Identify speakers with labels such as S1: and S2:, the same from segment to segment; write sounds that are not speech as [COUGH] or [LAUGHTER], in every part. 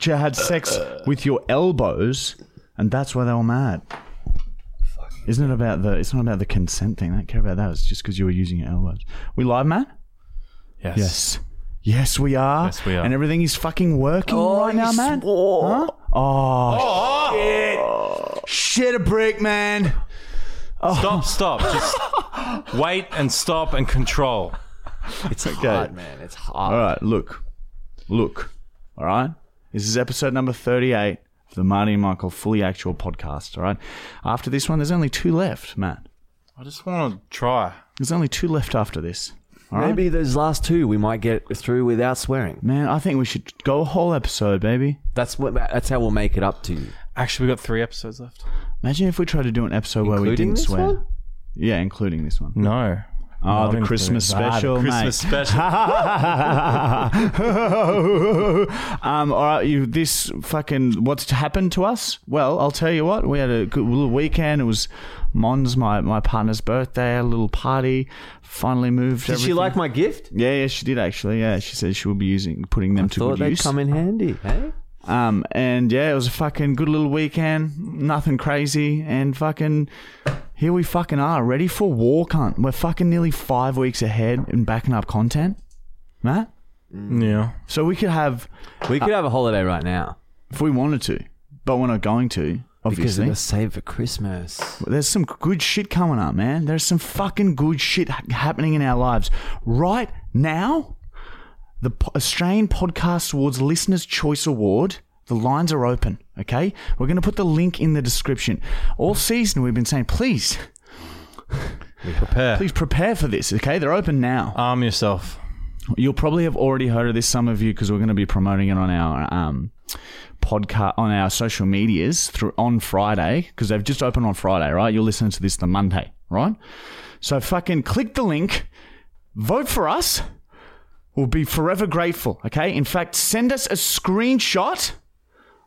S1: You had sex with your elbows, and that's why they were mad. Isn't it about the? It's not about the consent thing. They don't care about that. It's just because you were using your elbows. We live, man.
S2: Yes.
S1: Yes. Yes, we are.
S2: Yes, we are.
S1: And everything is fucking working right now, man. Huh? Oh,
S2: Oh.
S1: shit. Shit a brick, man.
S2: Stop, stop. Just [LAUGHS] wait and stop and control.
S3: It's hard, man. It's hard.
S1: All right, look. Look. All right? This is episode number 38 of the Marty and Michael Fully Actual podcast. All right? After this one, there's only two left, Matt.
S2: I just want to try.
S1: There's only two left after this. All right?
S3: Maybe those last two we might get through without swearing.
S1: Man, I think we should go a whole episode, baby.
S3: That's what. That's how we'll make it up to you.
S2: Actually, we got three episodes left.
S1: Imagine if we tried to do an episode where we
S3: Including
S1: didn't
S3: this
S1: swear.
S3: one?
S1: Yeah, including this one.
S2: No.
S1: Oh,
S2: Not
S1: the
S2: including-
S1: Christmas
S2: Ah, the
S1: special,
S2: [LAUGHS]
S1: [LAUGHS]
S2: Christmas
S1: mate.
S2: special.
S1: um, all right, you, this fucking what's happened to us? Well, I'll tell you what. We had a good little weekend. It was Mon's my my partner's birthday, a little party. Finally moved.
S3: Did she
S1: everything.
S3: like my gift?
S1: Yeah, yeah, she did actually. Yeah, she said she will be using putting them to
S3: Thought
S1: good
S3: they'd
S1: use.
S3: come in handy. Hey.
S1: Um, and yeah, it was a fucking good little weekend. Nothing crazy, and fucking here we fucking are, ready for war, cunt. We're fucking nearly five weeks ahead in backing up content, Matt.
S2: yeah.
S1: So we could have,
S3: We could have a holiday right now
S1: if we wanted to, but we're not going to.
S3: because
S1: Obviously,
S3: we're saved for Christmas.
S1: there's some good shit coming up, man. There's some fucking good shit ha- happening in our lives right now. The po- Australian Podcast Awards Listeners' Choice Award. The lines are open. Okay, we're going to put the link in the description. All season we've been saying, please,
S2: Prepare.
S1: please prepare for this. Okay, they're open now.
S2: Arm yourself.
S1: You'll probably have already heard of this, some of you, because we're going to be promoting it on our um, podcast, on our social medias through on Friday, because they've just opened on Friday, right? You're listening to this the Monday, right? So fucking click the link, vote for us. We'll be forever grateful, okay? In fact, send us a screenshot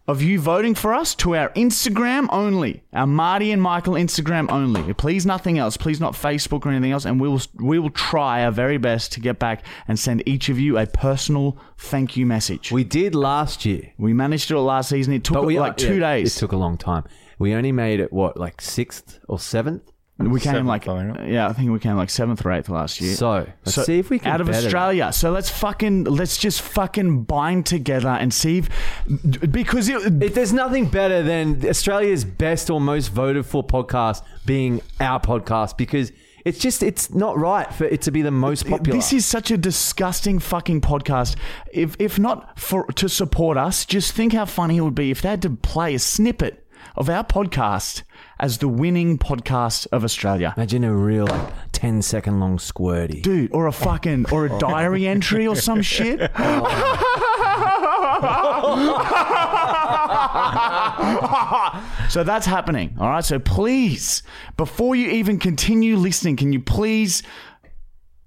S1: of you voting for us to our Instagram only, our Marty and Michael Instagram only. Please, nothing else. Please, not Facebook or anything else. And we will we will try our very best to get back and send each of you a personal thank you message. We,
S3: We did last year,
S1: managed it all last season. It took
S3: but we
S1: like two
S3: yeah,
S1: days.
S3: It took a long time. We only made it what like sixth or seventh.
S1: we came
S2: Seventh,
S1: like
S2: I think.
S1: yeah, I think we came like seventh or eighth last year.
S3: So let's see if we can
S1: out of
S3: better that.
S1: Australia. So let's fucking let's just fucking bind together and see if because it,
S3: If there's nothing better than Australia's best or most voted for podcast being our podcast because it's just it's not right for it to be the most popular.
S1: This is such a disgusting fucking podcast. If if not for to support us, just think how funny it would be if they had to play a snippet of our podcast as the winning podcast of Australia.
S3: imagine a real like 10 second long squirty.
S1: Dude, or a fucking or a diary entry or some shit. so that's happening. All right. So please, before you even continue listening, can you please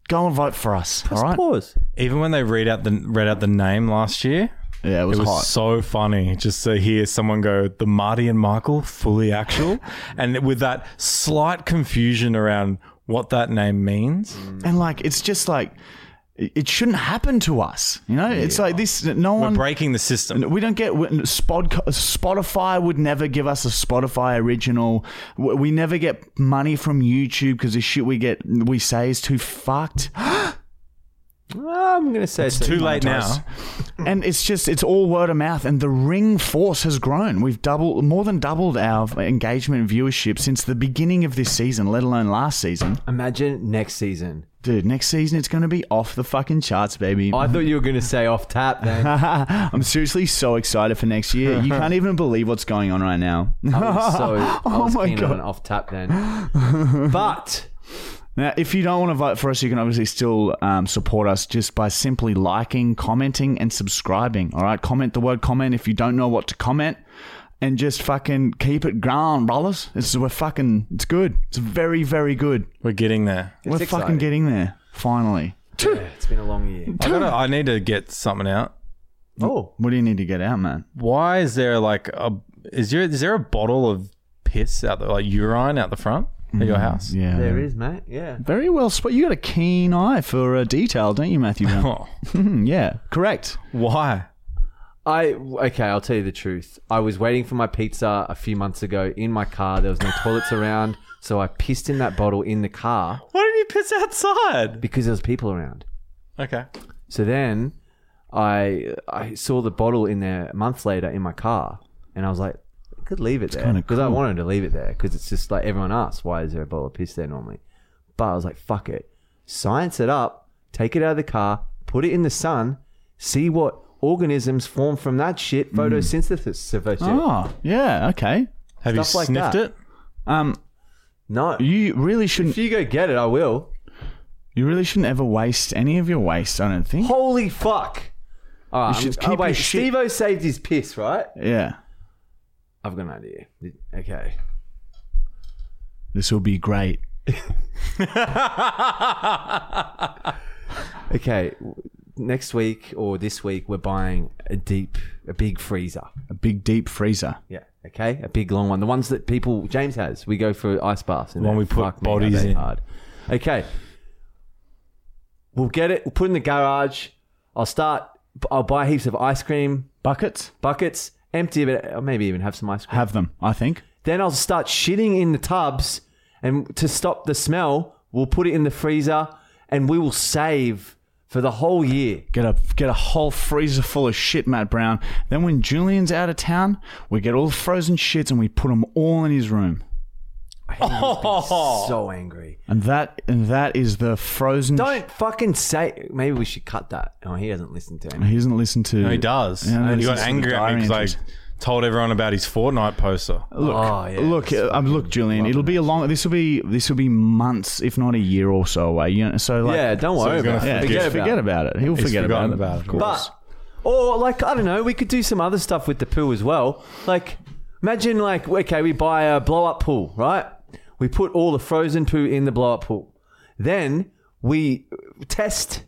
S1: go and vote for us? All right.
S3: Pause.
S2: Even when they read out the read out the name last year,
S1: Yeah, it was,
S2: it was
S1: hot.
S2: so funny just to hear someone go the Marty and Michael fully actual,
S1: [LAUGHS]
S2: and with that slight confusion around what that name means.
S1: And like, it's just like, it it shouldn't happen to us. You know, it's like this. No
S2: We're
S1: one.
S2: breaking the system.
S1: we don't get Spod, Spotify would never give us a Spotify original. We we never get money from YouTube because the shit we get we say is too fucked.
S3: I'm going to say it's
S2: Too late now.
S1: and it's just it's all word of mouth and the ring force has grown we've doubled more than doubled our engagement and viewership since the beginning of this season let alone last season
S3: Imagine next season.
S1: dude next season it's going to be off the fucking charts baby [LAUGHS]
S3: I thought you were going to say off tap then.
S1: i'm seriously so excited for next year you can't even believe what's going on right now [LAUGHS]
S3: I was so I
S1: Oh
S3: was
S1: my
S3: keen
S1: God.
S3: on an off tap then. But
S1: Now, if you don't want to vote for us, you can obviously still um, support us just by simply liking, commenting, and subscribing. All right, comment the word comment if you don't know what to comment, and just fucking keep it going, brothers. It's we're fucking. It's good. It's very very good.
S2: We're getting there.
S1: we're fucking
S3: exciting.
S1: getting there finally.
S3: Yeah, it's been a long year.
S2: I, gotta, I need to get something out.
S3: Oh,
S1: What do you need to get out, man?
S2: Why is there like a is there is there a bottle of piss out the like urine out the front of your house?
S1: Yeah,
S3: there is, mate. Yeah.
S1: Very well spot. You got a keen eye for uh, detail, don't you, Matthew? Brown?
S2: Oh,
S1: Mhm, yeah, correct.
S2: why?
S3: I okay, I'll tell you the truth. I was waiting for my pizza a few months ago in my car. There was no toilets around, so I pissed in that bottle in the car
S2: Why did you piss outside?
S3: because there was people around.
S2: Okay.
S3: So then I I saw the bottle in there months later in my car, and I was like, I could leave it there
S1: kinda
S3: because I
S1: cool.
S3: wanted to leave it there because it's just like everyone asks, why is there a bottle of piss there normally? But I was like, fuck it, science it up, take it out of the car, put it in the sun, see what organisms form from that shit. Photosynthesis. photosynthesis.
S1: Mm. Oh, yeah, okay.
S2: Have
S3: Stuff
S2: you
S3: like
S2: sniffed
S3: that.
S2: it?
S1: Um,
S3: No,
S1: you really
S3: if
S1: shouldn't.
S3: you go get it, I will.
S1: You really shouldn't ever waste any of your waste. I don't think.
S3: Holy fuck! All right,
S1: You should
S3: I'm- oh,
S1: keep your
S3: wait,
S1: shit-
S3: Steve-O saved his piss, right?
S1: Yeah,
S3: I've got an idea. Okay.
S1: this will be great.
S3: [LAUGHS] Okay, w- next week or this week we're buying a deep, a big freezer.
S1: A big deep freezer.
S3: Yeah. Okay, a big long one. The ones that people James has. We go for ice baths. And
S2: The one we
S3: they-
S2: put
S3: fuck me,
S2: bodies
S3: are they
S2: in.
S3: Hard. Okay. We'll get it. We'll put it in the garage. I'll start. I'll buy heaps of ice cream
S1: Buckets.
S3: buckets, empty it, or maybe even have some ice cream.
S1: Have them. I think.
S3: Then I'll start shitting in the tubs, and to stop the smell, we'll put it in the freezer, and we will save for the whole year.
S1: Get a get a whole freezer full of shit, Matt Brown. Then when Julian's out of town, we get all the frozen shits and we put them all in his room.
S3: Oh. So angry.
S1: And that and that is the frozen.
S3: Don't fucking say. Maybe we should cut that. Oh, he doesn't listen to
S1: sh-
S3: me.
S1: he doesn't listen to.
S2: No, he does.
S1: Yeah, no,
S2: and
S1: this
S2: he got
S1: is
S2: angry
S1: the
S2: at me
S1: diary
S2: because I
S1: entries.
S2: told everyone about his Fortnite poster.
S1: Look,
S3: Oh, yeah,
S1: look, uh,
S3: that's
S1: um, look, Julian. It'll be a long. This will be this will be months, if not a year or so away. You know, so like,
S3: yeah, don't worry
S2: he's gonna
S3: about it.
S1: yeah,
S3: forget,
S1: just
S3: about,
S1: forget
S3: it.
S1: about it. He'll
S2: He's
S1: forget about it.
S2: forgotten about it, of course.
S3: But or like I don't know, we could do some other stuff with the pool as well. Like imagine like okay, we buy a blow up pool, right? We put all the frozen poo in the blow up pool. Then we test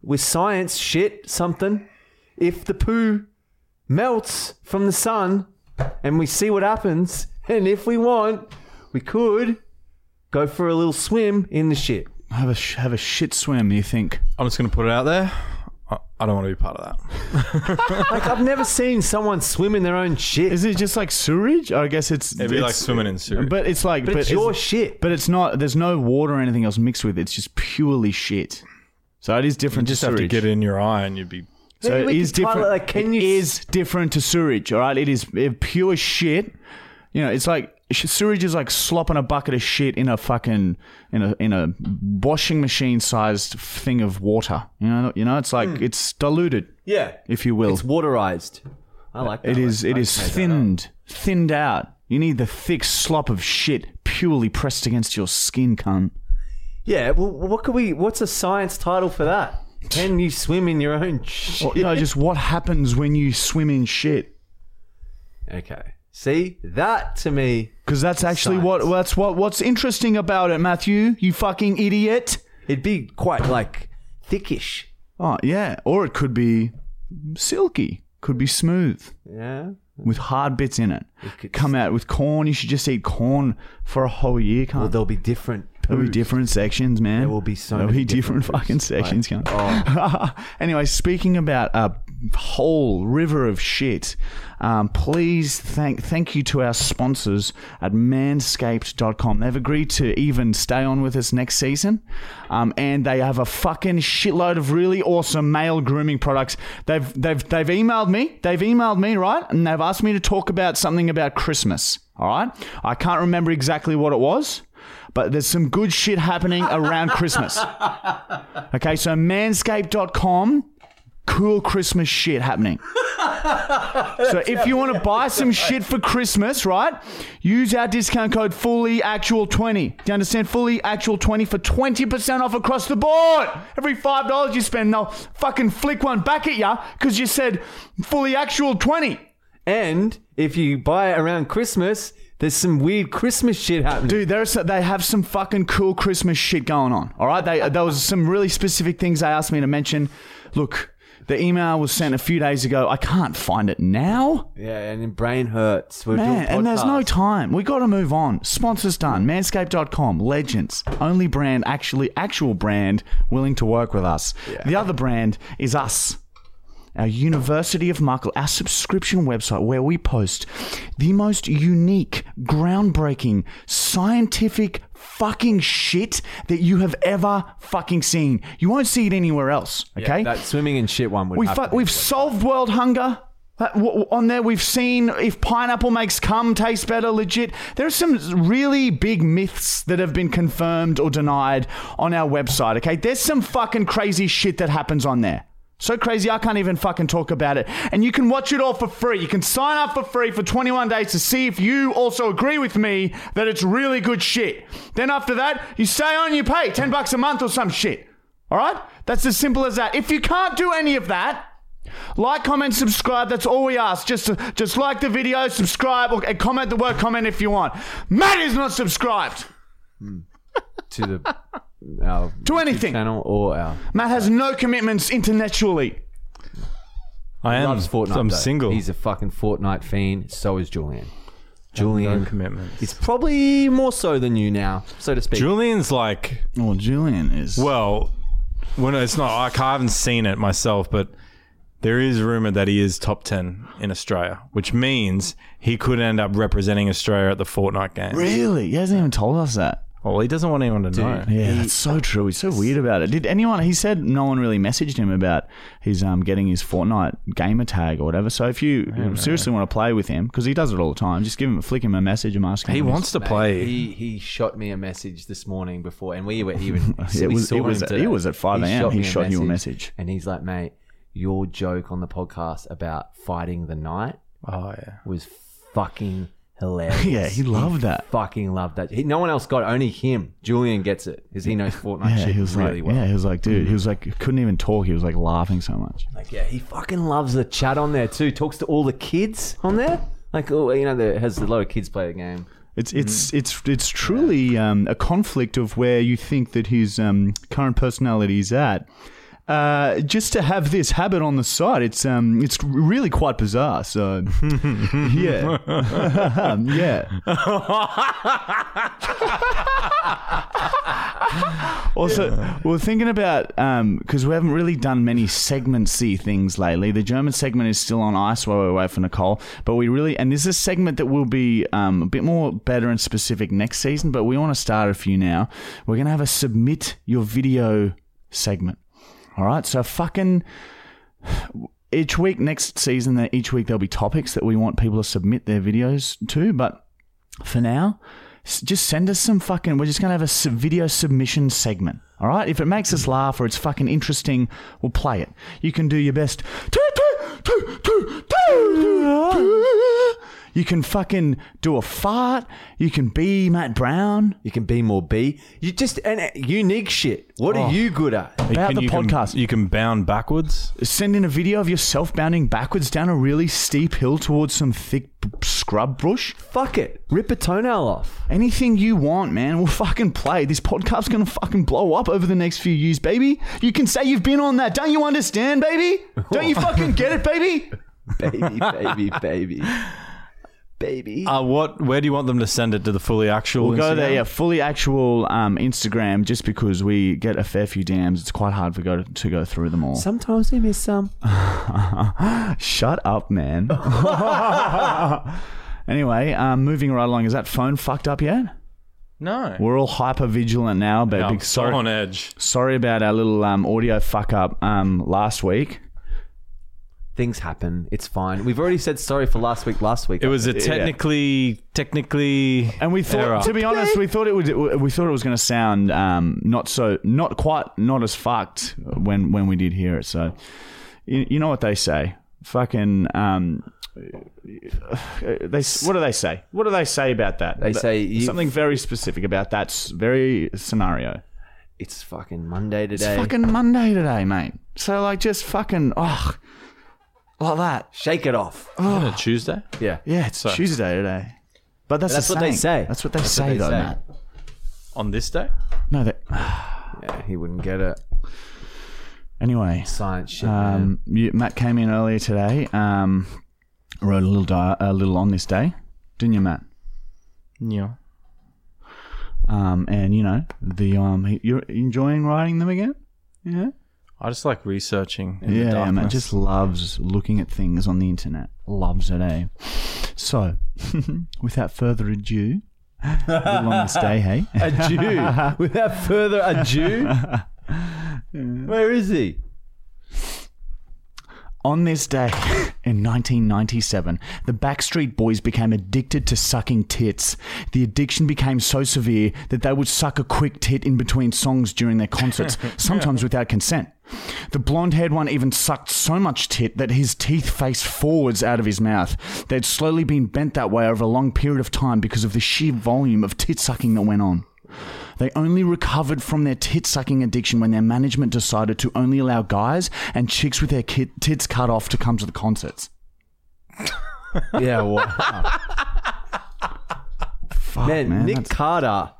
S3: with science shit something if the poo melts from the sun and we see what happens [LAUGHS] and if we want we could go for a little swim in the shit.
S1: have a sh- have a shit swim. You think?
S2: I'm just going to put it out there. I, I don't want to be part of that.
S3: Like I've never seen someone swim in their own shit.
S1: Is it just like sewage? I guess it's.
S2: It'd be
S1: it's-
S2: like swimming in sewage.
S1: But it's like.
S3: but, it's your
S1: it's-
S3: shit.
S1: But it's not. There's no water or anything else mixed with it. It's just purely shit. So it is different
S2: just
S1: to
S2: have
S1: sewage.
S2: to get it in your eye and you'd be.
S1: So
S3: Maybe
S1: it
S3: we
S1: is
S3: could title
S1: different.
S3: it, like, can
S1: it
S3: you-
S1: is different to sewage. All right, it is uh, pure shit. You know, it's like sh- sewage is like slopping a bucket of shit in a fucking in a in a washing machine sized thing of water. You know, you know, it's like it's diluted,
S3: Yeah.
S1: if you will.
S3: Hmm. It's waterized. I like that.
S1: It
S3: I
S1: is
S3: like-
S1: it
S3: I
S1: is
S3: made that up.
S1: thinned thinned out. You need the thick slop of shit purely pressed against your skin, cunt.
S3: Yeah, well what could we what's a science title for that? Can you swim in your own shit?
S1: Or, you know, just what happens when you swim in shit.
S3: Okay. See? That to me
S1: Because that's actually what
S3: Science.
S1: that's what what's interesting about it, Matthew. You fucking idiot.
S3: it'd be quite like thickish.
S1: Oh yeah, or it could be silky, could be smooth
S3: Yeah.
S1: with hard bits in it.
S3: could-
S1: Come out with corn. You should just eat corn for a whole year. Can't
S3: Well there'll be different
S1: There'll be
S3: poos.
S1: different sections, man.
S3: There will be so
S1: There'll
S3: many
S1: be different,
S3: different
S1: fucking
S3: groups,
S1: sections, cunt. [LAUGHS] anyway, speaking about a whole river of shit, um, please thank thank you to our sponsors at manscaped.com. They've agreed to even stay on with us next season, um, and they have a fucking shitload of really awesome male grooming products. They've they've they've emailed me. They've emailed me right, and they've asked me to talk about something about Christmas. All right, I can't remember exactly what it was but there's some good shit happening around Christmas. Okay, so manscaped.com. cool Christmas shit happening. so if you want to buy some shit for Christmas, right? Use our discount code fully actual 20. Do you understand? Fully actual 20 for 20% off across the board. Every $5 you spend, they'll fucking flick one back at ya because you said fully actual 20.
S3: And if you buy it around Christmas, there's some weird Christmas shit happening.
S1: Dude, there's they have some fucking cool Christmas shit going on. All right, they there was some really specific things they asked me to mention. Look, the email was sent a few days ago. I can't find it now,
S3: Yeah, and your brain hurts. We're doing
S1: man. And there's no
S3: podcasts.
S1: time. We got to move on. Sponsors done. Manscaped.com. Legends. Only brand, actually, actual brand willing to work with us. The other brand is us. Our University of Muckle, our subscription website where we post the most unique, groundbreaking, scientific fucking shit that you have ever fucking seen. You won't see it anywhere else, okay?
S3: That swimming and shit one would
S1: We
S3: have
S1: fu-
S3: to be
S1: we've
S3: good.
S1: solved world hunger. That- w- w- On there, we've seen if pineapple makes cum taste better, legit. There are some really big myths that have been confirmed or denied on our website, okay? There's some fucking crazy shit that happens on there. So crazy, I can't even fucking talk about it. And you can watch it all for free. You can sign up for free for 21 days to see if you also agree with me that it's really good shit. Then after that, you stay on, you pay 10 bucks a month or some shit. All right? That's as simple as that. If you can't do any of that, like, comment, subscribe. That's all we ask. Just, just like the video, subscribe, or and comment the word comment if you want. Matt is not subscribed
S3: to the our
S1: to anything.
S3: channel or our
S1: Matt has no commitments intellectually.
S2: I am.
S3: loves Fortnite.
S2: I'm
S3: though.
S2: single.
S3: He's a fucking Fortnite fiend. So is Julian. Julian
S2: no commitments.
S3: is probably more so than you now, so to speak.
S2: Julian's like,
S1: Well, Julian is.
S2: well, well, no, it's not. I, can't- I haven't seen it myself, but there is rumor that he is top ten in Australia, which means he could end up representing Australia at the Fortnite game.
S1: really? He hasn't even told us that.
S2: Well, he doesn't want anyone to know.
S1: Yeah, that's so true. He's so weird about it. Did anyone? He said no one really messaged him about his um getting his Fortnite gamer tag or whatever. So if you seriously want to play with him, because he does it all the time, just give him, flick him a message and ask him.
S2: He
S1: if he's-
S2: wants to play.
S3: He he shot me a message this morning before, and we were
S1: [LAUGHS]
S3: even.
S1: It
S3: we
S1: was-
S3: saw
S1: it was-
S3: him today.
S1: it was at 5 a.m. He
S3: me
S1: shot you a message.
S3: and he's like, "Mate, your joke on the podcast about fighting the night
S2: Oh yeah.
S3: was fucking
S1: [LAUGHS]
S3: hilarious."
S1: Yeah, he loved that.
S3: Fucking loved that. He, no one else got it. Only him. Julian gets it because he
S1: [LAUGHS]
S3: knows Fortnite
S1: Yeah,
S3: shit
S1: he was
S3: really
S1: like,
S3: well.
S1: yeah, he was like, dude, he was like, couldn't even talk. He was like laughing so much.
S3: Like, yeah, he fucking loves the chat on there too. Talks to all the kids on there. Like, oh, you know, there has a lot of kids play the game.
S1: It's it's it's it's truly um, a conflict of where you think that his um, current personality is at. Uh, just to have this habit on the side, it's um, it's really quite bizarre. So, yeah, Um, yeah. [LAUGHS] also, we're thinking about because we haven't really done many segmenty things lately. The German segment is still on ice while we wait for Nicole, but we really and this is a segment that will be um, a bit more better and specific next season. But we want to start a few now. We're gonna have a submit your video segment. All right, so fucking each week next season, there- each week there'll be topics that we want people to submit their videos to, but for now, s- just send us some fucking. We're just gonna have a sub- video submission segment. All right. If it makes us laugh or it's fucking interesting, we'll play it. You can do your best. You can fucking do a fart. You can be Matt Brown
S3: You can be more B. You just and uh, unique shit. What are you good at?
S1: about
S2: Can
S1: the
S2: you can-
S1: podcast.
S2: you can bound backwards.
S1: send in a video of yourself bounding backwards down a really steep hill towards some thick b- scrub brush.
S3: Fuck it. Rip a toenail [LAUGHS] off.
S1: Anything you want, man. We'll fucking play. This podcast's gonna fucking blow up over the next few years, baby. You can say you've been on that. Don't you understand, baby? Don't you fucking get it, baby?
S3: Baby, baby, baby. Baby.
S2: Uh, what? Where do you want them to send it to the fully actual?
S1: We'll go there,
S2: Instagram?
S1: yeah. Fully actual um, Instagram, just because we get a fair few DMs. It's quite hard for go to, go through them all.
S3: Sometimes we miss some.
S1: Shut up, man. anyway, um, moving right along. Is that phone fucked up yet?
S2: No.
S1: We're all hyper vigilant now, baby.
S2: I'm so
S1: sorry,
S2: on edge.
S1: sorry about our little um, audio fuck up um, last week.
S3: Things happen. It's fine. We've already said sorry for last week. Last week.
S2: It was a technically, technically,
S1: And we thought,
S2: error.
S1: to
S2: [GASPS]
S1: be honest, we thought it would. We thought it was going to sound um, not so, not quite, not as fucked when when we did hear it. So, you, you know what they say? Fucking um, they s- what do they say? What do they say about that?
S3: They
S1: Th-
S3: say you-
S1: something very specific about that s- very scenario.
S3: It's fucking Monday today.
S1: It's fucking Monday today, mate. So like, just fucking oh, like that.
S3: Shake it off.
S2: Isn't it Tuesday?
S3: Oh, Yeah.
S1: Yeah, it's Tuesday today. But that's,
S3: That's
S1: the
S3: what they
S1: saying.
S3: say.
S1: That's what they
S3: what
S1: say,
S3: they
S1: though,
S3: say.
S1: Matt.
S2: On this day?
S1: No, that.
S3: Yeah, he wouldn't get it.
S1: Anyway,
S3: Science shit. man.
S1: Um, you, Matt came in earlier today. Um, wrote a little di- a little on this day, didn't you, Matt?
S2: Yeah.
S1: Um, and you know the um, he- you're enjoying writing them again. Yeah,
S2: I just like researching. In
S1: yeah,
S2: the
S1: yeah, Matt
S2: darkness.
S1: just loves looking at things on the internet. Loves it, eh? So, [LAUGHS] without further
S2: [LAUGHS]
S1: ado, little on this day, hey.
S3: A
S1: [LAUGHS]
S3: Jew. Without further ado. Where is he?
S1: On this day in 1997, the Backstreet Boys became addicted to sucking tits. The addiction became so severe that they would suck a quick tit in between songs during their concerts, sometimes without consent. The blonde haired one even sucked so much tit that his teeth faced forwards out of his mouth. They'd slowly been bent that way over a long period of time because of the sheer volume of tit sucking that went on. They only recovered from their tit sucking addiction when their management decided to only allow guys and chicks with their kit- tits cut off to come to the concerts.
S3: Yeah, wow.
S1: [LAUGHS] Fuck,
S3: man,
S1: man.
S3: Nick
S1: that's-
S3: Carter.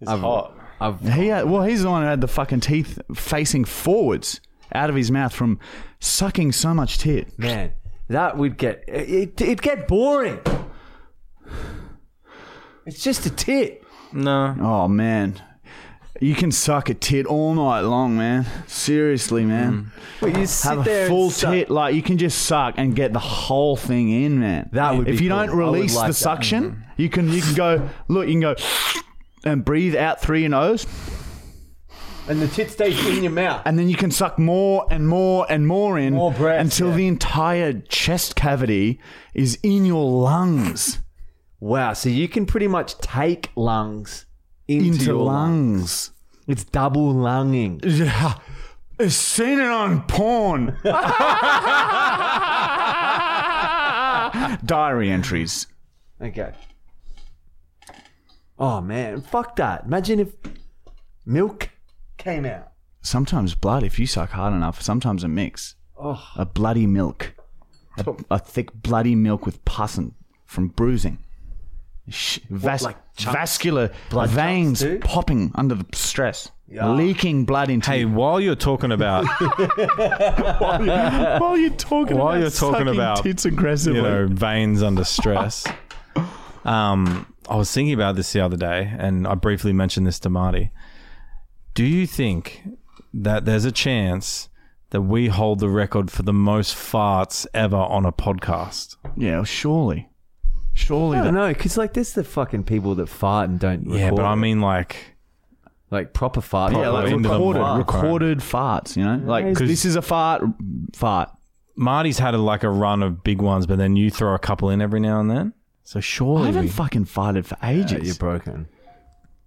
S2: It's hot.
S3: I've,
S1: he had, well, he's the one who had the fucking teeth facing forwards out of his mouth from sucking so much tit.
S3: man, that would get it. It'd get boring. It's just a tit.
S2: No.
S1: Oh, man. You can suck a tit all night long, man. Seriously, man.
S3: Well, you sit
S1: Have
S3: there
S1: a
S3: and
S1: full
S3: suck-
S1: tit, like you can just suck and get the whole thing in, man.
S3: That would
S1: if
S3: be
S1: you
S3: cool. I
S1: don't
S3: would
S1: release
S3: like
S1: the
S3: that. Mm-hmm.
S1: suction, you can you can go look, you can go and breathe out through your nose,
S3: and the tit stays in your mouth.
S1: and then you can suck more and more and more in
S3: More breath,
S1: until
S3: yeah.
S1: the entire chest cavity is in your lungs,
S3: Wow, so you can pretty much take lungs into,
S1: into
S3: your
S1: lungs.
S3: lungs. It's double lunging.
S1: Yeah. I've seen it on
S3: [LAUGHS]
S1: porn. [LAUGHS] Diary entries.
S3: Okay. Oh man, fuck that. Imagine if milk came out.
S1: sometimes blood if you suck hard enough sometimes a mix
S3: Oh.
S1: a bloody milk a, a thick bloody milk with pus and from bruising Sh- vas-
S3: like chunks?
S1: vascular
S3: Blood
S1: veins
S3: chunks too?
S1: popping under the stress
S3: Yeah.
S1: leaking blood into
S2: Hey,
S1: you.
S2: while you're
S1: [LAUGHS]
S2: talking about
S1: while you're talking
S2: While about you're talking sucking about,
S1: tits
S2: tits
S1: aggressively
S2: you know veins under stress, um, I was thinking about this the other day, and I briefly mentioned this to Marty. Do you think that there's a chance that we hold the record for the most farts ever on a podcast?
S1: yeah surely surely
S3: I
S1: that
S3: don't know, because like there's the fucking people that fart and don't record.
S2: Yeah, but I
S3: it.
S2: mean like
S3: like proper fart.
S1: yeah, like
S2: into the
S1: recorded,
S2: microphone.
S1: recorded farts, you know? Like,
S3: it's-
S1: this is a fart, fart.
S2: Marty's had a, like a run of big ones, but then you throw a couple in every now and then. So
S1: I
S2: surely,
S1: haven't
S2: we-
S1: fucking farted for
S3: Yeah, you're
S1: ages.
S3: broken.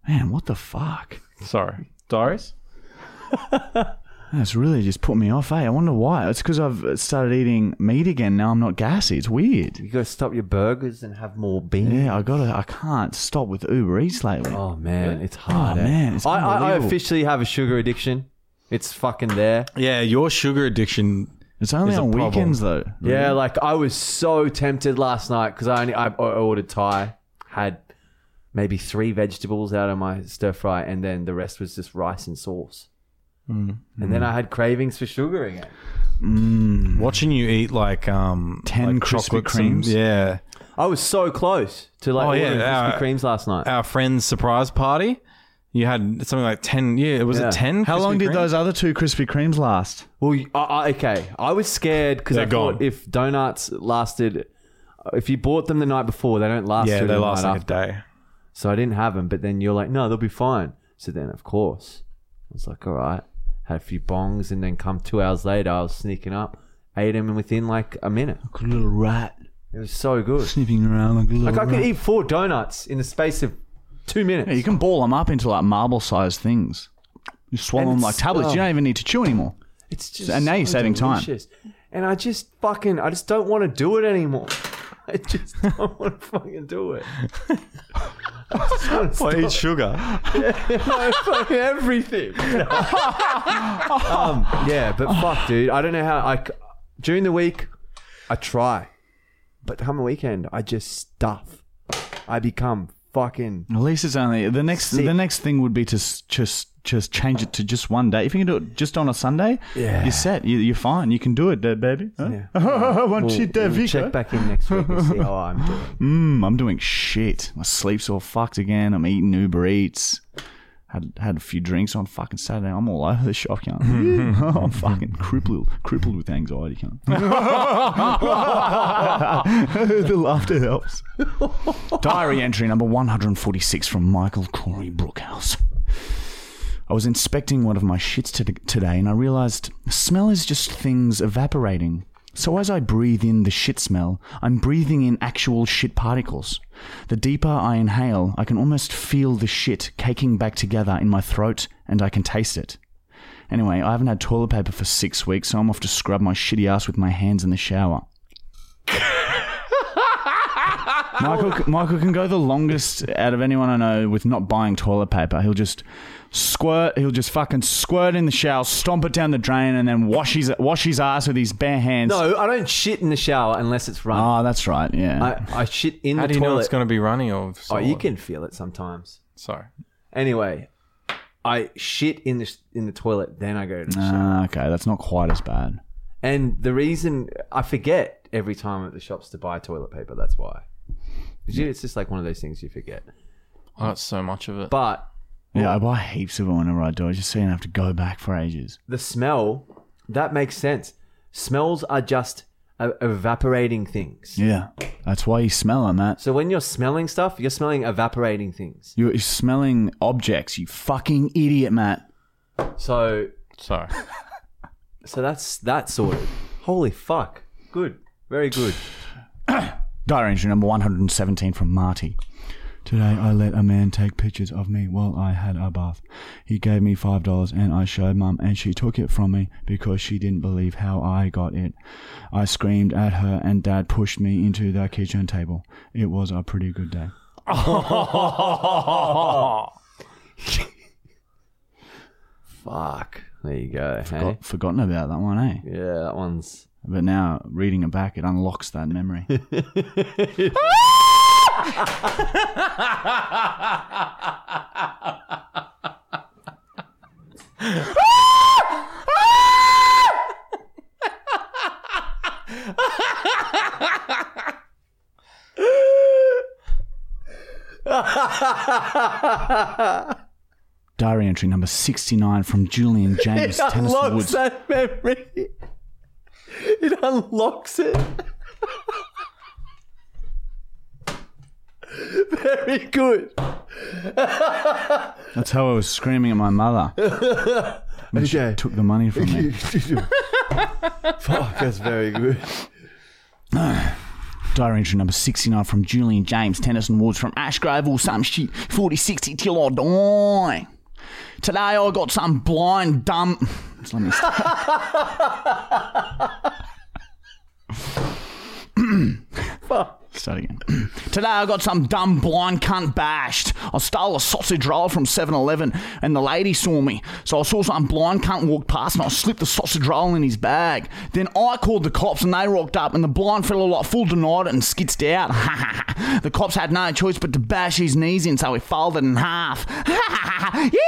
S1: Man, what the fuck?
S2: sorry, Doris.
S1: That's really just put me off, eh? I wonder why. It's because I've started eating meat again. Now I'm not gassy. It's weird.
S3: You gotta stop your burgers and have more beans.
S1: Yeah, I gotta. I can't stop with Uber Eats lately.
S3: Oh man, it's hard.
S1: Oh,
S3: eh?
S1: man, it's
S3: I, I, I
S1: unbelievable.
S3: officially have a sugar addiction. It's fucking there.
S2: Yeah, your sugar addiction.
S1: it's only
S2: it's a
S1: on
S2: problem.
S1: weekends though.
S3: Yeah, like I was so tempted last night because I only I I ordered Thai, had maybe three vegetables out of my stir fry, and then the rest was just rice and sauce.
S2: Mm.
S3: And then I had cravings for sugar again.
S2: Watching you eat like um
S1: 10
S2: like
S1: Krispy
S2: chocolates and-
S1: Kremes.
S2: yeah,
S3: I was so close to like
S2: Oh, yeah,
S3: ordering Krispy
S2: uh,
S3: Kremes last night.
S2: our friend's surprise party. You had something like ten. Yeah, it was
S3: Yeah.
S2: it ten.
S1: How long
S2: Krispy
S1: did
S2: Kremes?
S1: those other two Krispy Kremes last?
S3: well, you- I, I, okay, I was scared because I
S2: They're
S3: thought
S2: gone.
S3: if donuts lasted, if you bought them the night before, they don't last.
S2: Yeah,
S3: through
S2: they
S3: the
S2: last
S3: night
S2: like a
S3: after.
S2: day.
S3: So I didn't have them, but then you're like, no, they'll be fine. So then, of course, I was like, all right. Had a few bongs, and then come two hours later, I was sneaking up, ate them within like a minute.
S1: Like a little rat
S3: It was so good.
S1: sniffing around like a little.
S3: Like I could eat four donuts in the space of two minutes.
S1: yeah, you can ball them up into like marble-sized things. You swallow
S3: And
S1: them
S3: it's-
S1: like tablets. You
S3: oh.
S1: don't even need to chew anymore.
S3: it's just
S1: And now you're saving time.
S3: delicious. and I just fucking I just don't want to do it anymore. [LAUGHS] I just don't want to fucking do it. [LAUGHS] I just wanna
S2: Well,
S3: stop.
S2: eat sugar.
S3: No, fucking everything. [LAUGHS] um, yeah, but fuck, dude. I don't know how. I c- during the week, I try, but come the weekend, I just stuff. I become fucking.
S1: At least it's only the next.
S3: Sick.
S1: The next thing would be to s- just just change it to just one day. If you can do it just on a Sunday,
S3: Yeah.
S1: you're set. You, you're fine. You can do it, uh, baby. Huh? [LAUGHS] one shit, uh,
S3: we'll
S1: Vico.
S3: check back in next week and see how I'm doing.
S1: Mm, I'm doing shit. My sleep's all fucked again. I'm eating Uber Eats. Had had a few drinks on fucking Saturday. I'm all over the shop, cunt.
S3: [LAUGHS]
S1: [LAUGHS] I'm fucking crippled, crippled with anxiety, cunt. [LAUGHS] the laughter
S3: [LAUGHS]
S1: helps. Diary entry number 146 from Michael Corey Brookhouse. I was inspecting one of my shits to- today and I realized smell is just things evaporating. So as I breathe in the shit smell, I'm breathing in actual shit particles. The deeper I inhale, I can almost feel the shit caking back together in my throat and I can taste it. Anyway, I haven't had toilet paper for six weeks, so I'm off to scrub my shitty ass with my hands in the
S3: [LAUGHS]
S1: shower. Michael, Michael can go the longest out of anyone I know with not buying toilet paper. He'll just squirt. He'll just fucking squirt in the shower, stomp it down the drain, and then wash his wash his ass with his bare hands.
S3: [LAUGHS] No, I don't shit in the shower unless it's running.
S1: Ah, that's right. Yeah.
S3: I, I shit in
S2: How
S3: the
S2: do you
S3: toilet.
S2: know it's going to be running or
S3: oh,
S2: solid?
S3: you can feel it sometimes.
S2: Sorry.
S3: Anyway, I shit in the in the toilet, then I go to the shower.
S1: Ah, okay, that's not quite as bad.
S3: And the reason I forget every time at the shops to buy toilet paper, that's why. It's ju- It's just like one of those things you forget.
S2: I got so much of it.
S3: But
S1: Yeah, I buy heaps of it whenever I do. I just so you don't have to go back for ages.
S3: the smell, that makes sense. Smells are just uh, evaporating things.
S1: Yeah, that's why you smell on that.
S3: So when you're smelling stuff, you're smelling evaporating things.
S1: You're smelling objects. You fucking idiot, Matt.
S3: So
S2: Sorry.
S3: so that's that sorted. Holy fuck. Good. Very good.
S1: Diary entry number 117 from Marty. Today I let a man take pictures of me while I had a bath. He gave me five dollars and I showed mum and she took it from me because she didn't believe how I got it. I screamed at her and dad pushed me into the kitchen table. It was a pretty good day.
S3: Fuck. There you go. Hey?
S1: Got forgotten about that one, eh?
S3: Yeah, that one's
S1: But now reading it back it unlocks that memory.
S3: [LAUGHS]
S1: Diary entry number 69 from Julian James
S3: [LAUGHS] it
S1: Tennyson
S3: unlocks
S1: Woods.
S3: that memory. It unlocks it. Very good.
S1: That's how I was screaming at my mother. When
S3: Okay.
S1: she
S3: [LAUGHS]
S1: took the money from me.
S3: Fuck, that's very good. [LAUGHS]
S1: Diary entry number 69 from Julian James Tennyson Woods from Ashgrove or some shit 4060 till I die. Today I got some blind dumb. Just let me start. [CLEARS THROAT] Start again. Today I got some dumb blind cunt bashed. I stole a sausage roll from 7 Eleven and the lady saw me. So I saw some blind cunt walk past and I slipped the sausage roll in his bag. Then I called the cops and they rocked up and the blind fella like full denied it and skitzed out. [LAUGHS] the cops had no choice but to bash his knees in so he folded in half. [LAUGHS] Yew!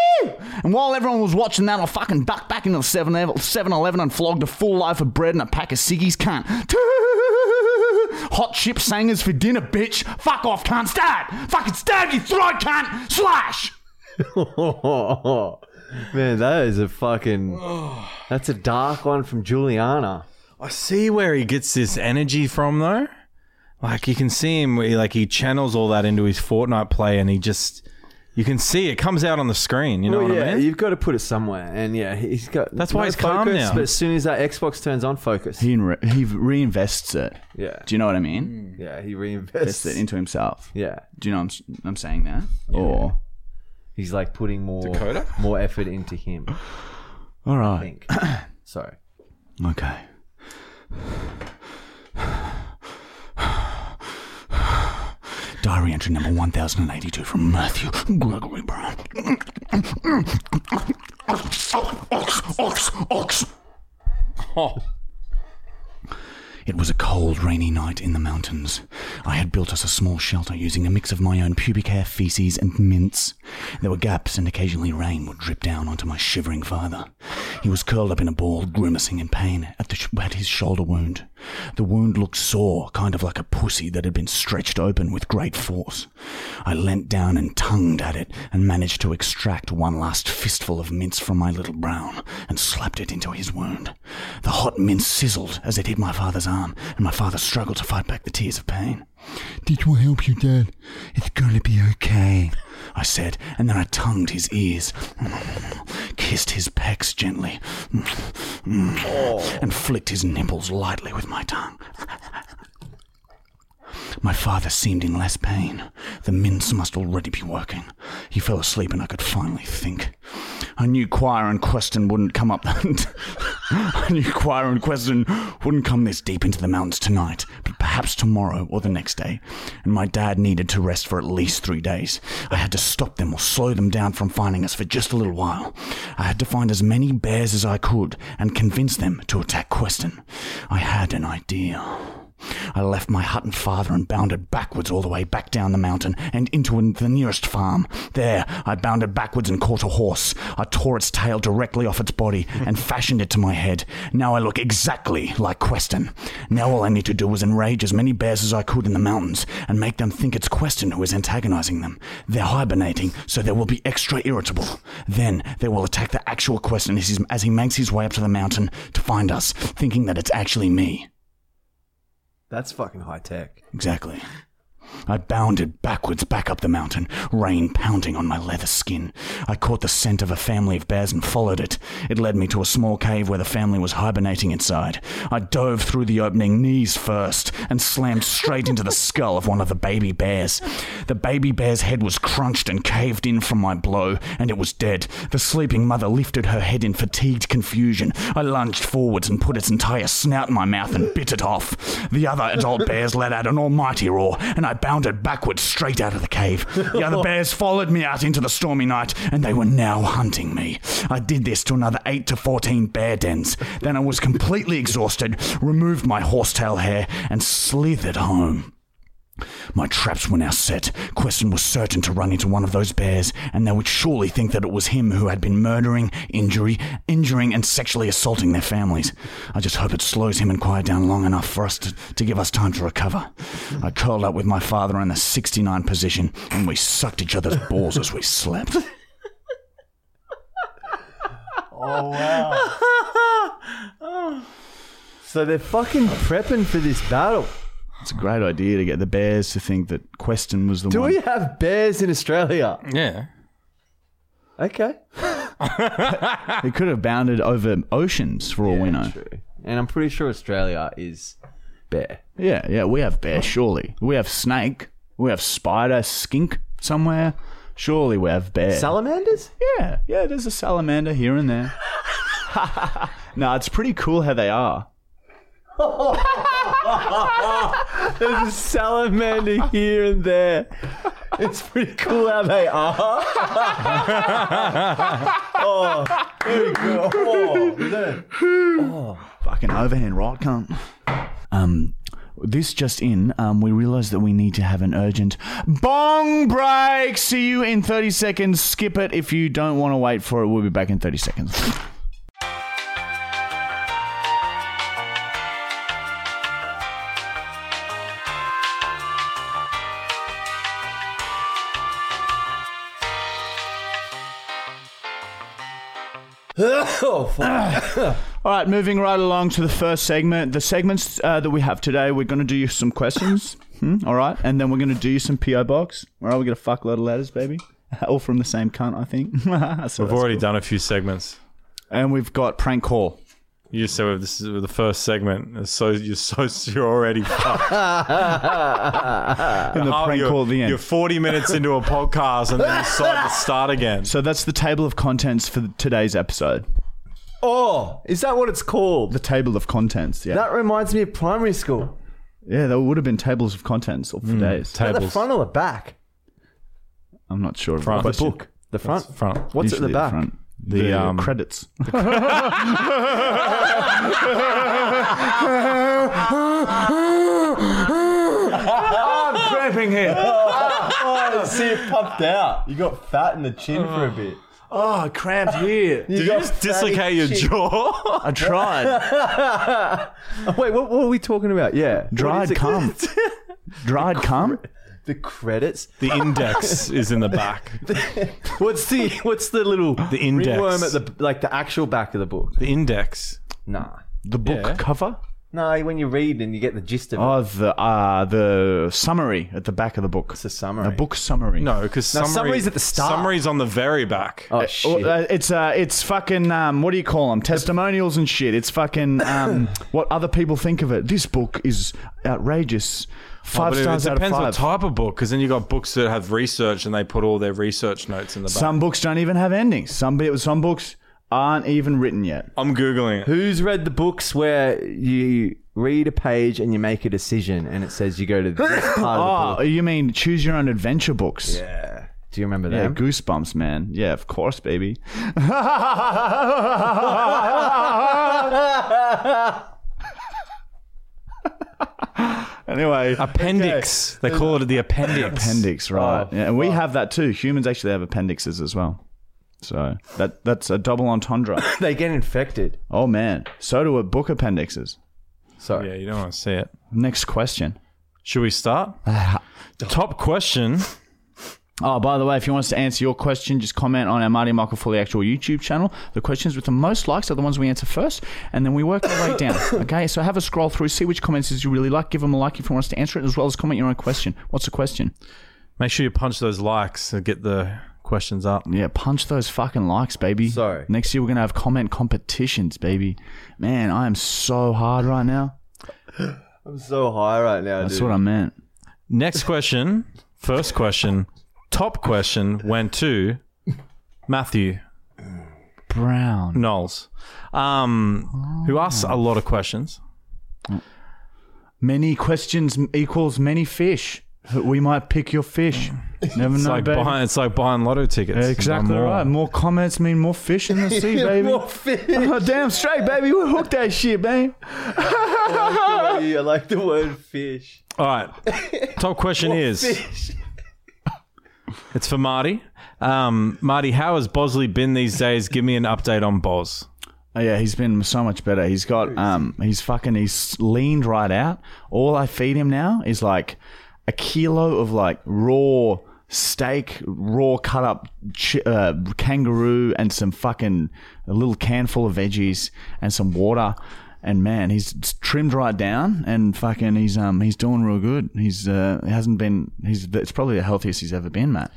S1: and while everyone was watching that I fucking ducked back into the 7-Eleven and flogged a full loaf of bread and a pack of ciggies cunt. [LAUGHS] Hot chip sangers for dinner, bitch. Fuck off, cunt. Stab. Fucking stab your throat, cunt. Slash.
S3: Man, that is a fucking. That's a dark one from Juliana.
S2: [LAUGHS] I see where he gets this energy from, though. Like you can see him, where he- like he channels all that into his Fortnite play, and he just, you can see it comes out on the screen. Oh, You know what
S3: Oh, yeah,
S2: I mean?
S3: you've got to put it somewhere, and yeah, he's got.
S2: That's why he's calm
S3: focus,
S2: now.
S3: But as soon as that Xbox turns on, focus.
S1: He, re- he reinvests it.
S3: yeah,
S1: Do you know what I mean?
S3: yeah, he
S1: Invests it
S3: reinvests.
S1: into himself.
S3: [LAUGHS] Yeah,
S1: Do you know I'm, s- I'm saying that? Or.
S3: he's like putting more
S2: Dakota?
S3: [LAUGHS] more effort into him. [COUGHS]
S1: All right.
S3: think. Sorry.
S1: Okay. Diary entry number 1082 from Matthew Gregory Brown. Ox, ox, ox. It was a cold, rainy night in the mountains. I had built us a small shelter using a mix of my own pubic hair, feces, and mints. There were gaps, and occasionally rain would drip down onto my shivering father. He was curled up in a ball, grimacing in pain at, the sh- at his shoulder wound. The wound looked sore, kind of like a pussy that had been stretched open with great force. I leant down and tongued at it, and managed to extract one last fistful of mints from my little brown, and slapped it into his wound. The hot mince sizzled as it hit my father's arm, and my father struggled to fight back the tears of pain. This will help you, Dad. It's gonna be okay, I said, and then I tongued his ears, kissed his pecs gently, and flicked his nipples lightly with my tongue. My father seemed in less pain. The mints must already be working. He fell asleep and I could finally think. I knew choir and question wouldn't come up. [LAUGHS] I knew choir and question wouldn't come this deep into the mountains tonight, but perhaps tomorrow or the next day. And my dad needed to rest for at least three days. I had to stop them or slow them down from finding us for just a little while. I had to find as many bears as I could and convince them to attack question. I had an idea. I left my hut and father and bounded backwards all the way back down the mountain and into an- the nearest farm. There, I bounded backwards and caught a horse. I tore its tail directly off its body and fashioned it to my head. Now I look exactly like Queston. Now all I need to do was enrage as many bears as I could in the mountains and make them think it's Queston who is antagonizing them. They're hibernating, so they will be extra irritable. Then they will attack the actual Queston as he's- as he makes his way up to the mountain to find us, thinking that it's actually me.
S3: That's fucking high tech.
S1: Exactly. I bounded backwards back up the mountain, rain pounding on my leather skin. I caught the scent of a family of bears and followed it. It led me to a small cave where the family was hibernating inside. I dove through the opening knees first and slammed straight into the skull of one of the baby bears. The baby bear's head was crunched and caved in from my blow, and it was dead. The sleeping mother lifted her head in fatigued confusion. I lunged forwards and put its entire snout in my mouth and bit it off. The other adult bears let out an almighty roar, and I bounded backwards straight out of the cave. The other bears followed me out into the stormy night, and they were now hunting me. I did this to another 8 to 14 bear dens. Then I was completely exhausted, removed my horsetail hair, and slithered home. My traps were now set. Question was certain to run into one of those bears, and they would surely think that it was him who had been murdering, injury, injuring, and sexually assaulting their families. I just hope it slows him and quiet down long enough for us to, to give us time to recover. I curled up with my father in the 69 position, and we sucked each other's balls as we slept.
S3: So they're fucking prepping for this battle.
S1: It's a great idea to get the bears to think that Question was the
S3: Do
S1: one.
S3: we have bears in Australia?
S2: Yeah.
S3: Okay.
S1: It could have bounded over oceans for all we know.
S3: True. And I'm pretty sure Australia is bear.
S1: Yeah, yeah, we have bear, surely. We have snake. We have spider, skink somewhere. Surely we have bear.
S3: Salamanders?
S1: yeah, yeah, there's a salamander here and there. [LAUGHS] no, it's pretty cool how they are.
S3: There's a [LAUGHS] salamander here and there. It's pretty cool how they are. oh, here we go. Oh,
S1: Fucking overhand right cunt. Um, this just in, um, we realise that we need to have an urgent bong break. See you in 30 seconds. Skip it if you don't want to wait for it. We'll be back in 30 seconds.
S3: oh fuck.
S1: All right, moving right along to the first segment. The segments uh, that we have today, we're going to do you some questions. [LAUGHS] hmm? All right, and then we're going to do you some PO box. All right, we got a fuckload of letters, baby. [LAUGHS] All from the same cunt, I think. [LAUGHS] So that's-
S2: We've already done a few segments.
S1: and we've got prank call.
S2: You just said this is the first segment. It's So you're so [LAUGHS] you're already fucked.
S1: And the
S2: Oh,
S1: prank
S2: you're-
S1: call at the end.
S2: You're 40 minutes into a podcast and then you decide to start again.
S1: so that's the table of contents for today's episode.
S3: Oh, is that what it's called?
S1: The table of contents. Yeah.
S3: That reminds me of primary school.
S1: yeah, there would have been tables of contents for days.
S3: At the
S2: Tables.
S3: front or the back?
S1: I'm not sure. of
S2: Front.
S1: the
S3: The
S1: question.
S3: book. The front.
S2: front.
S3: What's at
S1: Usually
S3: the back?
S1: front. The,
S2: The, um,
S1: credits.
S3: Oh, I'm cramping here.
S4: I see it popped out. You got fat in the chin for a bit.
S3: Oh, I cramped here.
S4: You
S2: Did you
S4: got
S2: just
S4: fatty
S2: dislocate your
S4: chin.
S2: jaw?
S1: I tried.
S3: Oh. Wait, what, what were we talking about? Yeah. What is
S1: Dried
S3: it-
S1: cum. Dried cum?
S3: The credits.
S2: [LAUGHS] the index is in the back.
S3: What's the what's the little the
S2: index.
S3: ringworm at the like the actual back of the book?
S2: The index.
S3: Nah.
S1: The book
S2: Yeah.
S1: cover?
S3: No, when you read and you get the gist of it.
S1: Oh, the uh, the summary at the back of the book.
S3: It's a summary.
S1: The book summary.
S2: No, because
S3: No,
S2: summary,
S3: summary's at the start.
S2: Summary's on the very back.
S3: Oh
S1: Oh,
S3: shit.
S1: uh, it's uh, it's fucking um, what do you call them? Testimonials and shit. It's fucking um, what other people think of it. This book is outrageous. Five
S2: But it-
S1: stars
S2: it
S1: out of
S2: depends
S1: five.
S2: what type of book, because then you got books that have research and they put all their research notes in the back.
S1: Some books don't even have endings. Some bi- some books aren't even written yet.
S2: I'm googling it.
S3: Who's read the books where you read a page and you make a decision and it says you go to this part of
S1: Oh,
S3: the book?
S1: you mean choose your own adventure books?
S3: Yeah. Do you remember
S1: Yeah, [LAUGHS]
S3: that?
S1: goosebumps, man. Yeah, of course, baby. [LAUGHS] anyway,
S2: Appendix. They call it the appendix.
S1: appendix, right? yeah, and we have that too. Humans actually have appendixes as well. So that that's a double entendre.
S3: [LAUGHS] They get infected.
S1: oh man, so do a book appendixes.
S3: Sorry.
S2: Yeah, you don't want to see it.
S1: Next question.
S2: Should we start?
S1: Ah.
S2: Top question.
S1: Oh, by the way, if you want us to answer your question, just comment on our Marty Michael Foley actual YouTube channel. The questions with the most likes are the ones we answer first, and then we work our way down. Okay, so have a scroll through, see which comments you really like, give them a like if you want us to answer it, as well as comment your own question. What's the question?
S2: Make sure you punch those likes and get the questions up.
S1: Yeah, punch those fucking likes, baby.
S3: Sorry.
S1: Next year we're gonna have comment competitions, baby. Man, I am so hard right now.
S3: I'm so high right now,
S1: That's
S3: dude.
S1: what I meant.
S2: Next question. First question. Top question went to Matthew
S1: Brown.
S2: Knowles, um, who asks a lot of questions.
S1: Many questions m- equals many fish. We might pick your fish. Never
S2: It's
S1: know,
S2: like
S1: baby.
S2: buying, it's like buying lotto tickets.
S1: Exactly
S2: No more.
S1: right. More comments mean more fish in the sea, baby.
S3: More fish.
S1: Oh, [LAUGHS] damn straight, baby. We hooked that shit, man.
S3: I like the way- Oh, I like the word fish.
S2: All right. Top question is. It's for Marty. Um, Marty, how has Bosley been these days? Give me an update on Boz.
S1: Oh, yeah, he's been so much better. He's got um, he's fucking he's leaned right out. All I feed him now is like a kilo of like raw steak, raw cut up chi- uh, kangaroo, and some fucking a little can full of veggies and some water. And man, he's trimmed right down, and fucking he's um he's doing real good. He's uh hasn't been he's it's probably the healthiest he's ever been, Matt.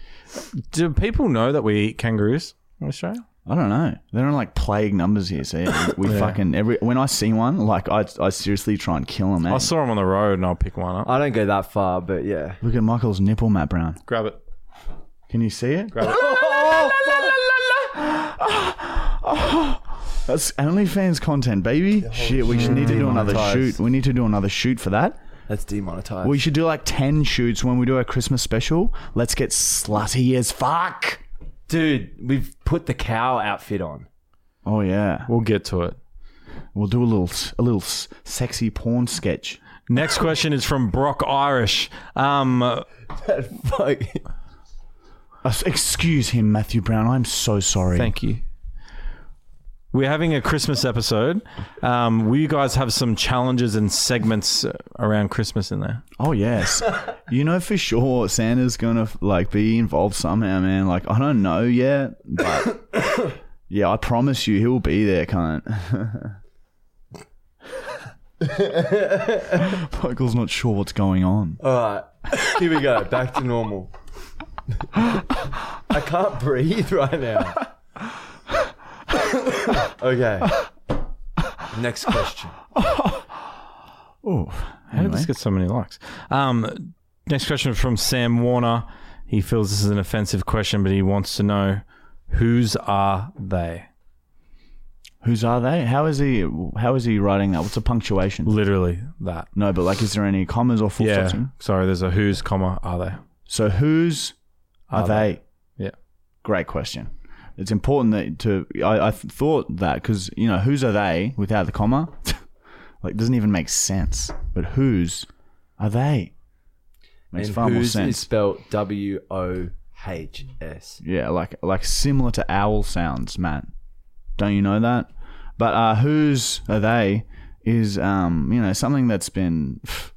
S2: Do people know that we eat kangaroos in Australia?
S1: I don't know. They're in like plague numbers here. So yeah, we we fucking every when I see one, like I, I seriously try and kill him.
S2: I saw them on the road and I'll pick one up.
S3: I don't go that far, but yeah.
S1: Look at Michael's nipple, Matt Brown.
S2: Grab it.
S1: Can you see it? [LAUGHS] That's OnlyFans content, baby. Shit, we should need to do another shoot. We need to do another shoot for that.
S3: That's demonetized.
S1: We should do like ten shoots when we do our Christmas special. Let's get slutty as fuck.
S3: Dude, we've put the cow outfit on.
S1: Oh yeah,
S2: We'll get to it.
S1: we'll do a little s- a little s- sexy porn sketch.
S2: Next question is from Brock Irish. Um, uh,
S3: Fuck.
S1: Uh, excuse him, Matthew Brown. I'm so sorry.
S2: thank you. We're having a Christmas episode. Um, will you guys have some challenges and segments uh, around Christmas in there?
S1: Oh yes, you know for sure Santa's gonna like be involved somehow, man. Like I don't know yet, but yeah, I promise you he'll be there, cunt. Michael's not sure what's going on.
S3: All right. Here we go. Back to normal. I can't breathe right now. okay. Next question.
S1: Oh,
S2: How did this get so many likes? Um, next question from Sam Warner. He feels this is an offensive question, but he wants to know whose are they?
S1: Whose are they? How is he? How is he writing that? What's the punctuation?
S2: Literally that.
S1: No, but like, is there any commas or full
S2: Yeah.
S1: stops? in?
S2: Sorry, there's a who's comma are they?
S1: So whose are,
S2: Are
S1: they?
S2: they? Yeah.
S1: Great question. It's important that to I, I thought that because you know whose are they without the comma, [LAUGHS] like doesn't even make sense. But whose are they? Makes
S3: and
S1: far more
S3: whose is
S1: sense.
S3: spelled W O H S.
S1: Yeah, like like similar to owl sounds, man. Don't you know that? But uh, whose are they is um, you know something that's been [SIGHS] pff,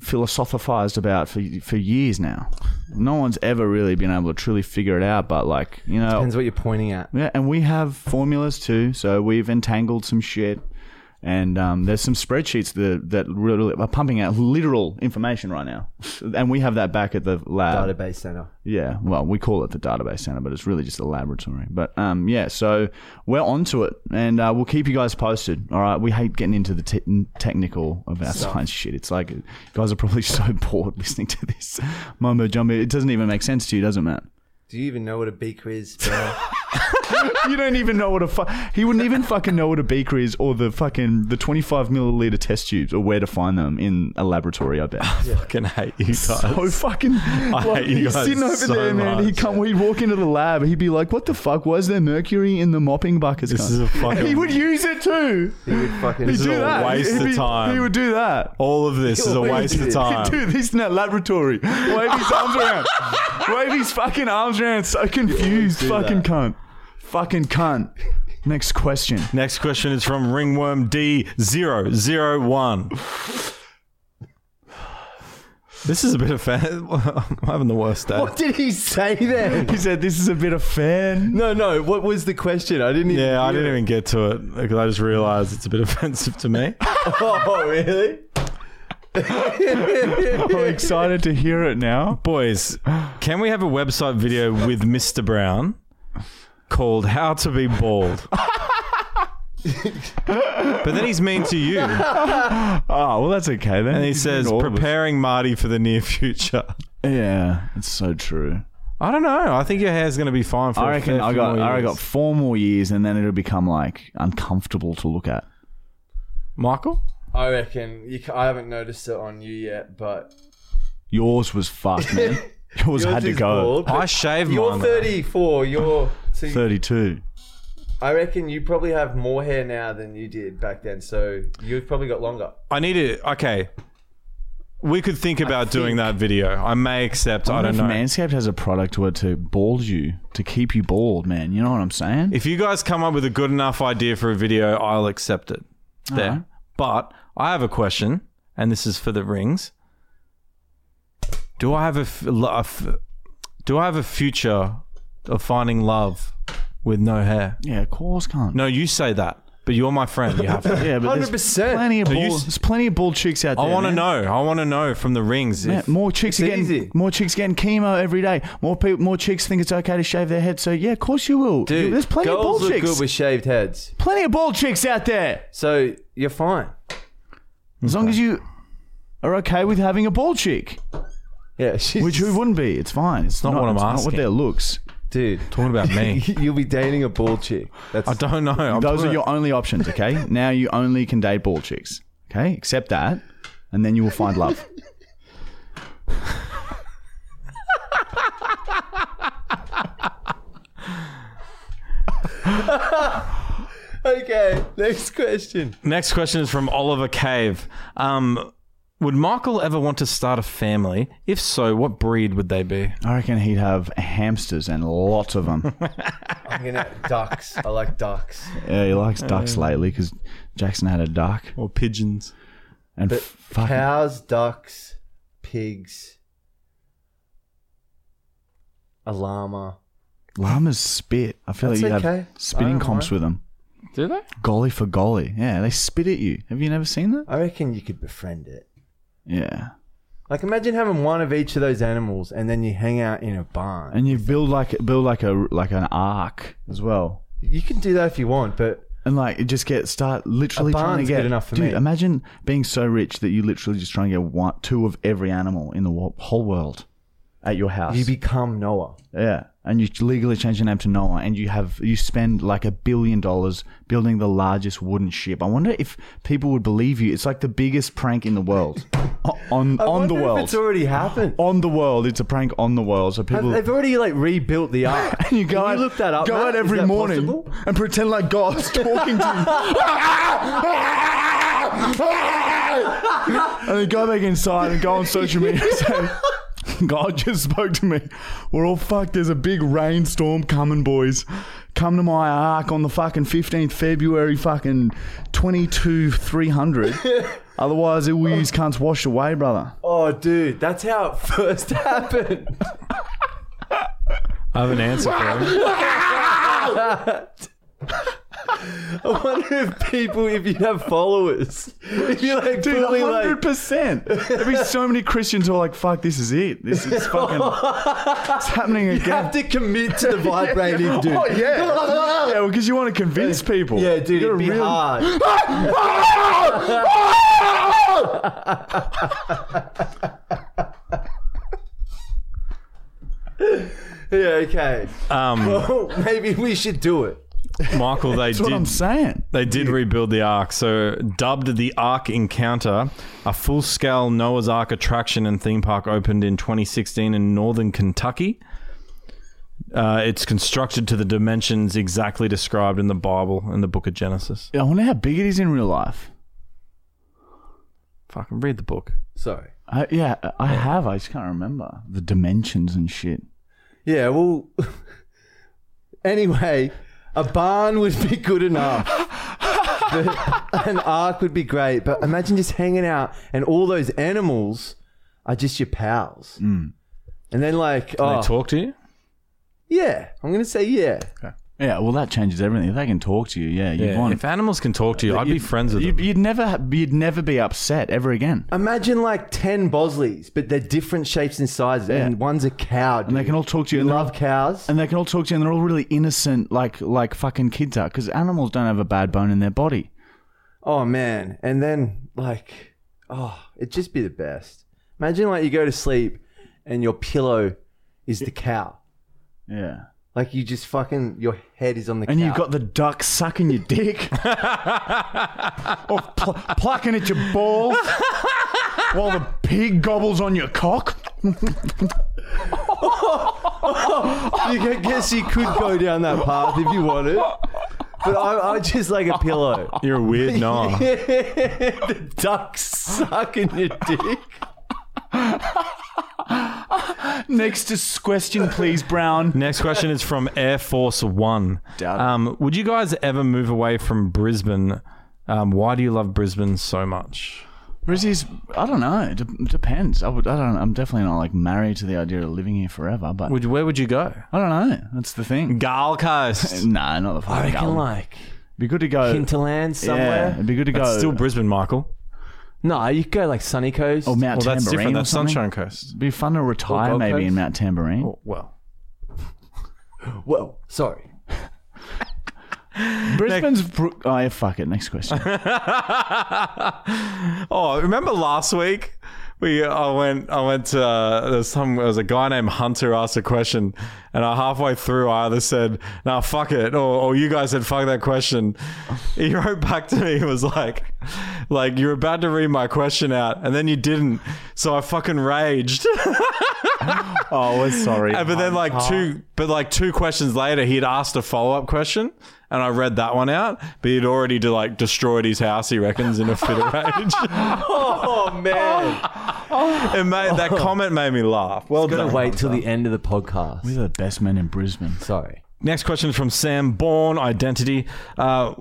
S1: philosophized about for for years now. No one's ever really been able to truly figure it out. But like you know,
S3: Depends what you're pointing at.
S1: yeah, and we have formulas too. So we've entangled some shit, and um, there's some spreadsheets that that really are pumping out literal information right now, [LAUGHS] and we have that back at the lab.
S3: Database center.
S1: Yeah, well, we call it the database center, but it's really just a laboratory. But um, yeah, so we're onto it, and uh, we'll keep you guys posted. All right, we hate getting into the te- technical of our science shit. It's like you guys are probably [LAUGHS] so bored listening to this mumbo jumbo. It doesn't even make sense to you, does it, Matt?
S3: Do you even know what a B quiz? bro?
S1: You don't even know what a fu- he wouldn't even fucking know what a beaker is or the fucking the twenty five milliliter test tubes or where to find them in a laboratory. I bet.
S2: Fucking hate you guys.
S1: So
S2: [LAUGHS]
S1: fucking. like,
S2: hate you
S1: he's
S2: guys
S1: sitting over
S2: so
S1: there, man. He
S2: much.
S1: come. We'd walk into the lab. He'd be like, "What the fuck? Was there mercury in the mopping buckets?"
S2: This
S1: cunt?" [LAUGHS]
S2: is a fucking-
S1: And he would use it too.
S3: you would [LAUGHS] fucking.
S1: He'd
S2: is
S1: do
S2: a
S1: that.
S2: waste
S1: He'd
S2: of
S1: be-
S2: time.
S1: He would do that.
S2: All of this is a
S3: What
S2: waste
S3: is
S2: of
S3: it?
S2: time.
S1: Dude, he's in that laboratory. Wave his arms
S2: [LAUGHS]
S1: around. Wave his fucking arms around. So confused. Fucking cunt. Fucking cunt. Next question.
S2: Next question is from Ringworm D001. This is a bit of fan. [LAUGHS] I'm having the worst day.
S3: What did he say there?
S1: He said, "This is a bit of
S2: [LAUGHS]
S1: fan."
S3: No, no. What was the question? I didn't. Even
S2: Yeah, I
S3: hear
S2: didn't
S3: it.
S2: even get to it because I just realized it's a bit [LAUGHS] offensive to me.
S3: [LAUGHS] Oh, really?
S1: I'm excited to hear it now.
S2: Boys, can we have a website video with Mr. Brown called How to Be Bald? but then he's mean to you. And Ah,
S1: Oh, well, that's okay then.
S2: he says, preparing Marty for the near future.
S1: Yeah, it's so true.
S2: I don't know. I think your hair's going to be fine for
S1: I
S2: a
S1: reckon
S2: fair
S1: I
S2: few
S1: got
S2: more
S1: I
S2: years.
S1: got four more years, and then it'll become like uncomfortable to look at.
S2: Michael?
S3: I reckon you. ca- I haven't noticed it on you yet, but
S1: Yours was fucked,
S2: [LAUGHS]
S1: man. Yours,
S3: yours
S1: had to
S3: is
S1: go.
S3: bald, but
S2: I shave
S3: You're
S2: mine.
S3: 34. You're. So you-
S1: Thirty-two.
S3: I reckon you probably have more hair now than you did back then. So you've probably got longer.
S2: I need to. Okay. We could think about doing that video. I may accept. I, don't
S1: if
S2: know.
S1: Manscaped has a product where to bald you to keep you bald, man. You know what I'm saying?
S2: If you guys come up with a good enough idea for a video, I'll accept it. There. But I have a question, and this is for the rings. Do I have a, f- lo- a f- do I have a future of finding love with no hair?
S1: yeah, of course, can't.
S2: No, you say that, but you're my friend. You have
S1: [LAUGHS]
S2: to.
S1: yeah, but there's
S3: 100%.
S1: plenty of
S2: Are you
S1: bald,
S2: s-
S1: there's plenty of bald chicks out there.
S2: I want to
S1: man.
S2: know. I want to know from the rings.
S1: Man,
S2: If,
S1: more chicks are
S3: it's
S1: getting
S3: easy.
S1: more chicks getting chemo every day. More people, more chicks think it's okay to shave their head. So yeah, of course you will.
S3: Dude,
S1: there's plenty of
S3: girls
S1: bald
S3: look
S1: chicks.
S3: good with shaved heads.
S1: plenty of bald chicks out there.
S3: So you're fine.
S1: As long as you are okay with having a bald chick,
S3: Yeah, [LAUGHS] she's,
S1: which who wouldn't be? It's fine. It's
S2: not
S1: not,
S2: what I'm
S1: it's Not what
S2: asking.
S1: their looks.
S3: dude. [LAUGHS]
S2: talking about
S1: [LAUGHS]
S2: me.
S3: You'll be dating a bald chick. That's
S2: I don't know. I'm
S1: Those
S2: talking
S1: are your only options. [LAUGHS] Okay, now you only can date bald chicks. Okay, accept that, and then you will find love.
S3: okay. Next question.
S2: Next question is from Oliver Cave. Um, would Michael ever want to start a family? If so, what breed would they be?
S1: [LAUGHS] I reckon he'd have hamsters and lots of [LAUGHS] them.
S3: I'm gonna ducks. I like ducks.
S1: yeah, he likes ducks lately because Jackson had a duck
S2: Or pigeons.
S1: and
S3: But
S1: fucking
S3: cows, ducks, pigs, a llama.
S1: llamas spit. I feel
S3: That's
S1: like you have
S3: okay. I
S1: spitting
S3: don't
S1: comps
S3: mind.
S1: with them.
S2: Do they?
S1: Golly for golly, yeah, they spit at you. Have you never seen that?
S3: I reckon you could befriend it.
S1: Yeah.
S3: Like imagine having one of each of those animals, and then you hang out in a barn.
S1: and you build like build like a like an arc as well,
S3: You can do that if you want, but
S1: and like you just get start literally
S3: A
S1: trying to
S3: barn's
S1: get
S3: good enough for
S1: dude,
S3: me.
S1: Imagine being so rich that you literally just try and get one, two of every animal in the wo- whole world. at your house.
S3: You become Noah.
S1: yeah, and you legally change your name to Noah, and you have you spend like a billion dollars building the largest wooden ship. I wonder if people would believe you. It's like the biggest prank in the
S3: [LAUGHS]
S1: world, O- on
S3: I
S1: on the
S3: wonder if
S1: world,
S3: it's already happened.
S1: [GASPS] on the world. It's a prank on the world. So people.
S3: They've already like rebuilt
S1: [LAUGHS]
S3: the ark.
S1: and you go
S3: Can
S1: out,
S3: you look that up.
S1: Go
S3: Matt?
S1: out
S3: Is
S1: every
S3: that
S1: morning
S3: possible?
S1: and pretend like
S3: [LAUGHS]
S1: God's talking to you. and then go back inside and go on social media and say, God just spoke to me. We're all fucked. There's a big rainstorm coming, boys. Come to my ark on the fucking 15th February, fucking 22
S3: [LAUGHS]
S1: 300. Otherwise, it will use cunts washed away, brother.
S3: Oh, dude, that's how it [LAUGHS] first happened.
S2: I have an answer for him.
S3: [LAUGHS] I wonder if people, if you have followers, if you like,
S1: Dude,
S3: fully,
S1: hundred
S3: like,
S1: percent. There'd be so many Christians who are like, "Fuck, this is it. This
S3: [LAUGHS]
S1: is fucking. it's happening
S3: you have
S1: again."
S3: to
S1: [LAUGHS]
S3: commit to the vibrating, dude.
S1: Oh yeah, yeah. Because you want to convince people.
S3: [LAUGHS] Yeah, dude,
S1: You
S3: it'd
S1: gotta
S3: be
S1: really- [LAUGHS]
S3: hard.
S1: Ah!
S3: [LAUGHS] yeah, okay.
S2: Um,
S3: Well, Oh, maybe we should do it.
S2: Michael, they
S1: [LAUGHS] That's what I'm
S2: did
S1: saying.
S2: They did rebuild the Ark, so dubbed the Ark Encounter, a full-scale Noah's Ark attraction and theme park opened in 2016 in northern Kentucky. Uh, it's constructed to the dimensions exactly described in the Bible and the Book of Genesis.
S1: Yeah, I wonder how big it is in real life.
S2: Fucking read the book.
S3: Sorry.
S1: I, yeah, I have. I just can't remember the dimensions and shit.
S3: Yeah, well, [LAUGHS] anyway, a barn would be good enough. But an ark would be great, but imagine just hanging out and all those animals are just your pals.
S1: Mm.
S3: And then, like,
S2: Can
S3: oh,
S2: they talk to you?
S3: yeah, I'm going to say yeah.
S1: Yeah, well, that changes everything. If they can talk to you, yeah, you
S2: Yeah.
S1: want.
S2: If animals can talk to Uh, you, I'd be friends with
S1: you'd,
S2: them.
S1: you'd never, ha- you'd never be upset ever again.
S3: Imagine like 10 Bosleys, but they're different shapes and sizes, and one's a cow.
S1: And they
S3: dude.
S1: can all talk to you.
S3: You
S1: and they're
S3: love cows.
S1: And they can all talk to you, and they're all really innocent, like like fucking kids are, because animals don't have a bad bone in their body.
S3: Oh man. And then like oh, it'd just be the best. Imagine like you go to sleep and your pillow is the cow.
S1: Yeah.
S3: Like you just fucking your head is on the
S1: And
S3: cow. [LAUGHS]
S1: you've got the duck sucking your dick, or pl- plucking at your balls, while the pig gobbles on your cock.
S3: you could- guess you could go down that path if you wanted. But I, I just like a pillow. [LAUGHS]
S2: You're a [LAUGHS] weird Noah.
S3: the duck sucking your dick.
S1: Next is question, please, Brown.
S2: Next question is from Air Force One.
S1: Doubt it.
S2: Um, would you guys ever move away from Brisbane? Um, why do you love Brisbane so much?
S1: Rizzy's, I don't know. It de- depends. I would. I don't. I'm definitely not like married to the idea of living here forever. But
S2: Would, where would you go?
S1: I don't know. That's the thing.
S2: Gold [LAUGHS] Coast.
S1: Nah, not the fucking.
S3: I reckon
S1: island.
S3: like
S1: Be good to go.
S3: hinterland
S1: yeah,
S3: uh, somewhere.
S1: it'd be good to go.
S2: That's still Brisbane, Michael.
S3: No, you could go like sunny coast.
S1: or Mount
S2: Well, that's
S1: Tambourine
S2: different.
S1: or
S2: That's
S1: something.
S2: Sunshine Coast. [LAUGHS]
S1: It'd be fun to retire
S3: Gold
S1: maybe
S3: Coast?
S1: in Mount Tambourine.
S2: Oh, well,
S3: well, sorry.
S1: Brisbane's. Bro- oh, yeah, fuck it. Next question.
S2: oh, remember last week? We, I went, I went to, uh, there's some, there was a guy named Hunter asked a question, and I halfway through, I either said, nah, fuck it, or, or you guys said, fuck that question. He [LAUGHS] wrote back to me, he was like, like, you're about to read my question out, and then you didn't. So I fucking raged.
S1: oh, we're sorry.
S2: And but then like two but like two questions later he'd asked a follow-up question and I read that one out, but he'd already do, like destroyed his house, he reckons, in a fit of rage. [LAUGHS]
S3: Oh man.
S2: It made that comment made me laugh. Well
S3: Gotta
S2: done.
S3: wait till the end of the podcast.
S1: We're the best men in Brisbane.
S3: Sorry.
S2: Next question from Sam Bourne, Identity. Uh,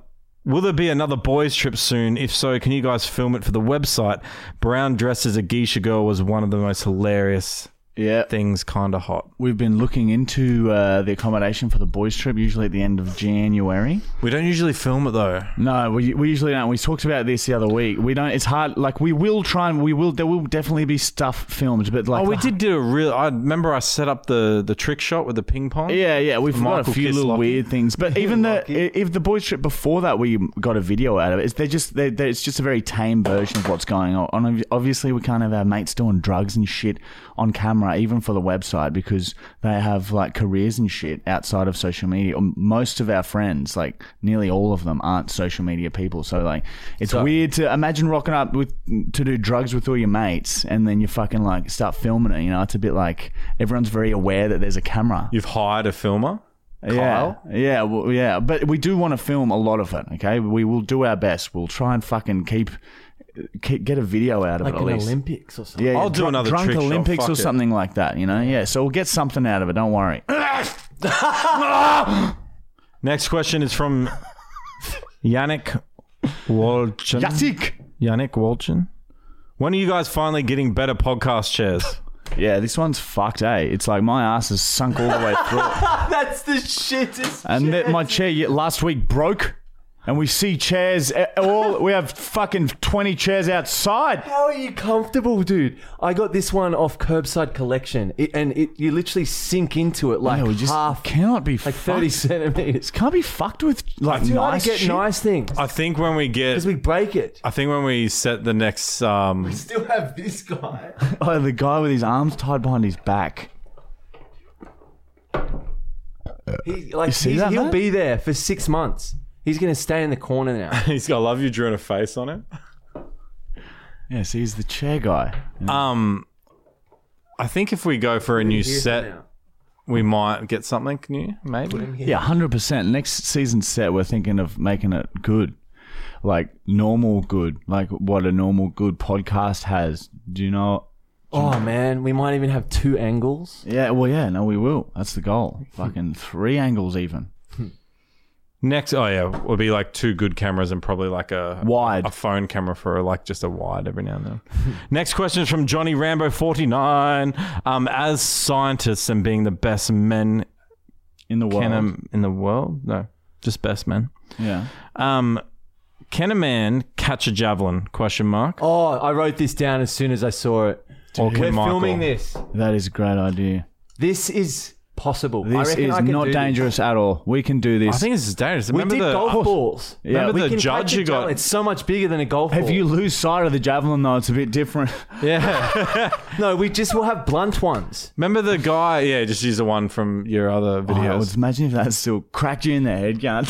S2: Will there be another boys' trip soon? If so, can you guys film it for the website? Brown dressed as a geisha girl was one of the most hilarious
S1: Yeah.
S2: things, kinda hot.
S1: We've been looking into uh, the accommodation for the boys' trip, usually at the end of January.
S2: We don't usually film it though.
S1: No, we, we usually don't. We talked about this the other week. We don't. It's hard. Like we will try and we will. There will definitely be stuff filmed, but like
S2: Oh, we
S1: the-
S2: did do a real. I remember I set up the the trick shot with the ping pong.
S1: Yeah, yeah, we've got
S2: Michael
S1: a few
S2: Kiss
S1: little
S2: Lockie.
S1: weird things, but even the if the boys trip before that, we got a video out of it. It's, they're just they're, they're, it's just a very tame version of what's going on. Obviously, we can't have our mates doing drugs and shit on camera, even for the website, because they have like careers and shit outside of social media. Um, Most of our friends, like nearly all of them, aren't social media people. So like, it's weird to imagine rocking up with to do drugs with all your mates, and then you fucking like start filming it. You know, it's a bit like everyone's very aware that there's a camera.
S2: You've hired a filmer.
S1: Yeah, yeah, well, yeah. But we do want to film a lot of it. Okay, we will do our best. We'll try and fucking keep, keep get a video out of
S3: like
S1: it
S3: an
S1: at least.
S3: Olympics or something.
S1: Yeah,
S2: I'll
S1: yeah,
S2: do another
S1: drunk
S2: trick shot,
S1: Olympics
S2: fuck
S1: or
S2: it.
S1: something like that. You know, yeah. So we'll get something out of it. Don't
S3: [LAUGHS]
S1: worry.
S2: Next question is
S3: [LAUGHS]
S2: from Yannick Walchin.
S1: Yatik.
S2: Yannick Walchin. When are you guys finally getting better podcast chairs?
S1: Yeah, this one's fucked, eh? It's like my ass is sunk all the way through,
S3: [LAUGHS]
S1: it.
S3: That's the shittest.
S1: and that my chair ye- last week broke. And we see chairs eh, all. We have fucking twenty chairs outside.
S3: How are you comfortable, dude? I got this one off curbside collection, it, and it you literally sink into it like
S1: yeah, we just
S3: half,
S1: cannot be
S3: like thirty
S1: fucked. [LAUGHS]
S3: centimeters.
S1: Can't be fucked with like
S3: You nice
S1: nice
S3: to get
S1: shit.
S3: nice things
S2: I think when we get,
S3: because we break it.
S2: I think when we set the next, um, [LAUGHS]
S4: Still have this guy.
S1: Oh, the guy with his arms tied behind his back.
S3: He, like
S1: see
S3: he's-
S1: that,
S3: he'll
S1: mate?
S3: be there for six months. He's gonna stay in the corner now.
S2: he's got love you drawing a face on it.
S1: Yes, he's the chair guy.
S3: Mm.
S2: Um, I think if we go for a new set,
S3: now.
S2: we might get something new, maybe.
S1: Yeah, hundred percent. Next season set, we're thinking of making it good, like normal good, like what a normal good podcast has. Do you know?
S3: Oh man, we might even have two angles.
S1: Yeah, well, yeah. No, we will. That's the goal. Fucking three angles, even
S2: Next, oh yeah, would be like two good cameras and probably like a
S1: Wide.
S2: a phone camera for like just a wide every now and then. [LAUGHS] Next question is from Johnny Rambo forty nine. Um, as scientists and being the best men
S1: in the world.
S2: can um, in the world, no, just best men.
S1: yeah.
S2: Um, can a man catch a javelin? Question mark.
S3: Oh, I wrote this down as soon as I saw it.
S2: Or
S3: We're
S2: can Michael?
S3: filming this.
S1: That is a great idea.
S3: This is possible. I
S1: This
S3: reckon
S1: is
S3: I can
S1: not
S3: do this.
S1: dangerous at all. We can do
S2: I
S1: this.
S2: think this is dangerous.
S3: We
S2: Remember
S3: did
S2: the, oh,
S3: golf balls.
S1: yeah,
S2: remember
S1: we
S2: the
S3: can
S2: judge
S3: catch a
S2: who got
S3: javelin. It's so much bigger than a golf
S1: if
S3: ball.
S1: you lose sight of the javelin, though, it's a bit different. [LAUGHS]
S3: No, we just will have blunt ones.
S2: [LAUGHS] Remember the guy? Yeah, just use the one from your other
S3: Oh,
S1: Yeah, I
S2: videos.
S1: would imagine if that still cracked you in the head, going,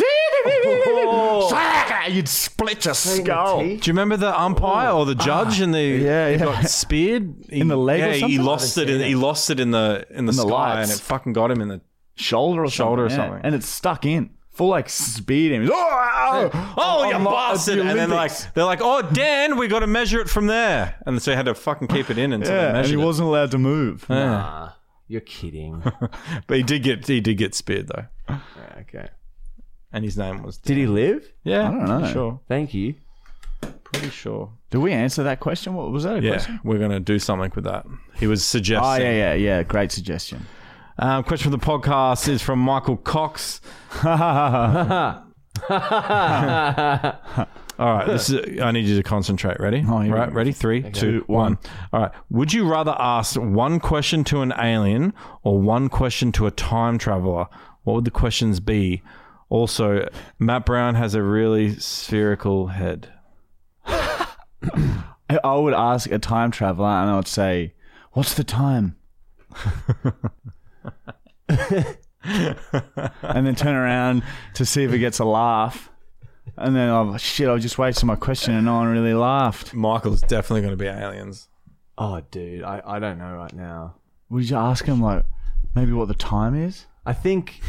S2: Oh.
S1: [LAUGHS] you'd split your skull.
S3: teeth?
S2: Do you remember the umpire or the judge
S3: Ah,
S2: and the
S1: yeah,
S2: he
S1: yeah.
S2: got
S1: [LAUGHS]
S2: speared
S1: In the leg or
S2: Yeah, he
S1: something?
S2: lost it. In, he lost it in the in the
S1: the
S2: sky
S1: lights.
S2: and it fucking got him in the.
S1: Shoulder or
S2: Shoulder or
S1: something, yeah.
S2: something.
S1: And it's stuck in. Full like speed him. Oh, oh,
S2: Oh, you
S1: I'm not-
S2: bastard!
S1: it's the
S2: And then like
S1: Olympics.
S2: they're like, oh Dan, we got to measure it from there, and so he had to fucking keep it in until they
S1: yeah, and
S2: measured
S1: he
S2: it.
S1: wasn't allowed to move.
S3: Nah, you're kidding.
S2: [LAUGHS] But he did get he did get speared though,
S3: okay.
S2: and his name was
S3: Did he live?
S2: yeah.
S1: I don't know.
S2: pretty Sure,
S3: Thank you.
S2: pretty sure.
S1: Did we answer that question? What was that a question?
S2: Yeah, we're gonna do something with that. He was suggesting.
S1: Oh yeah, yeah, yeah. Great suggestion.
S2: Um, question from the podcast is from Michael [LAUGHS] Cox. All right, this is. I need you to concentrate. Ready?
S1: Oh, here we
S2: right,
S1: go.
S2: ready? Three, two, one. All right. Would you rather ask one question to an alien or one question to a time traveler? What would the questions be? Also, Matt Brown has a really spherical head.
S1: I- I would ask a time traveler, and I would say, "What's the
S3: [LAUGHS]
S1: time?" and then turn around to see if it gets a laugh, and then oh shit, I just wasted my question, and no one really laughed.
S2: Michael's definitely going to be aliens.
S3: Oh, dude, I, I don't know right now.
S1: Would you ask him like maybe what the time is?
S2: [LAUGHS]
S3: I think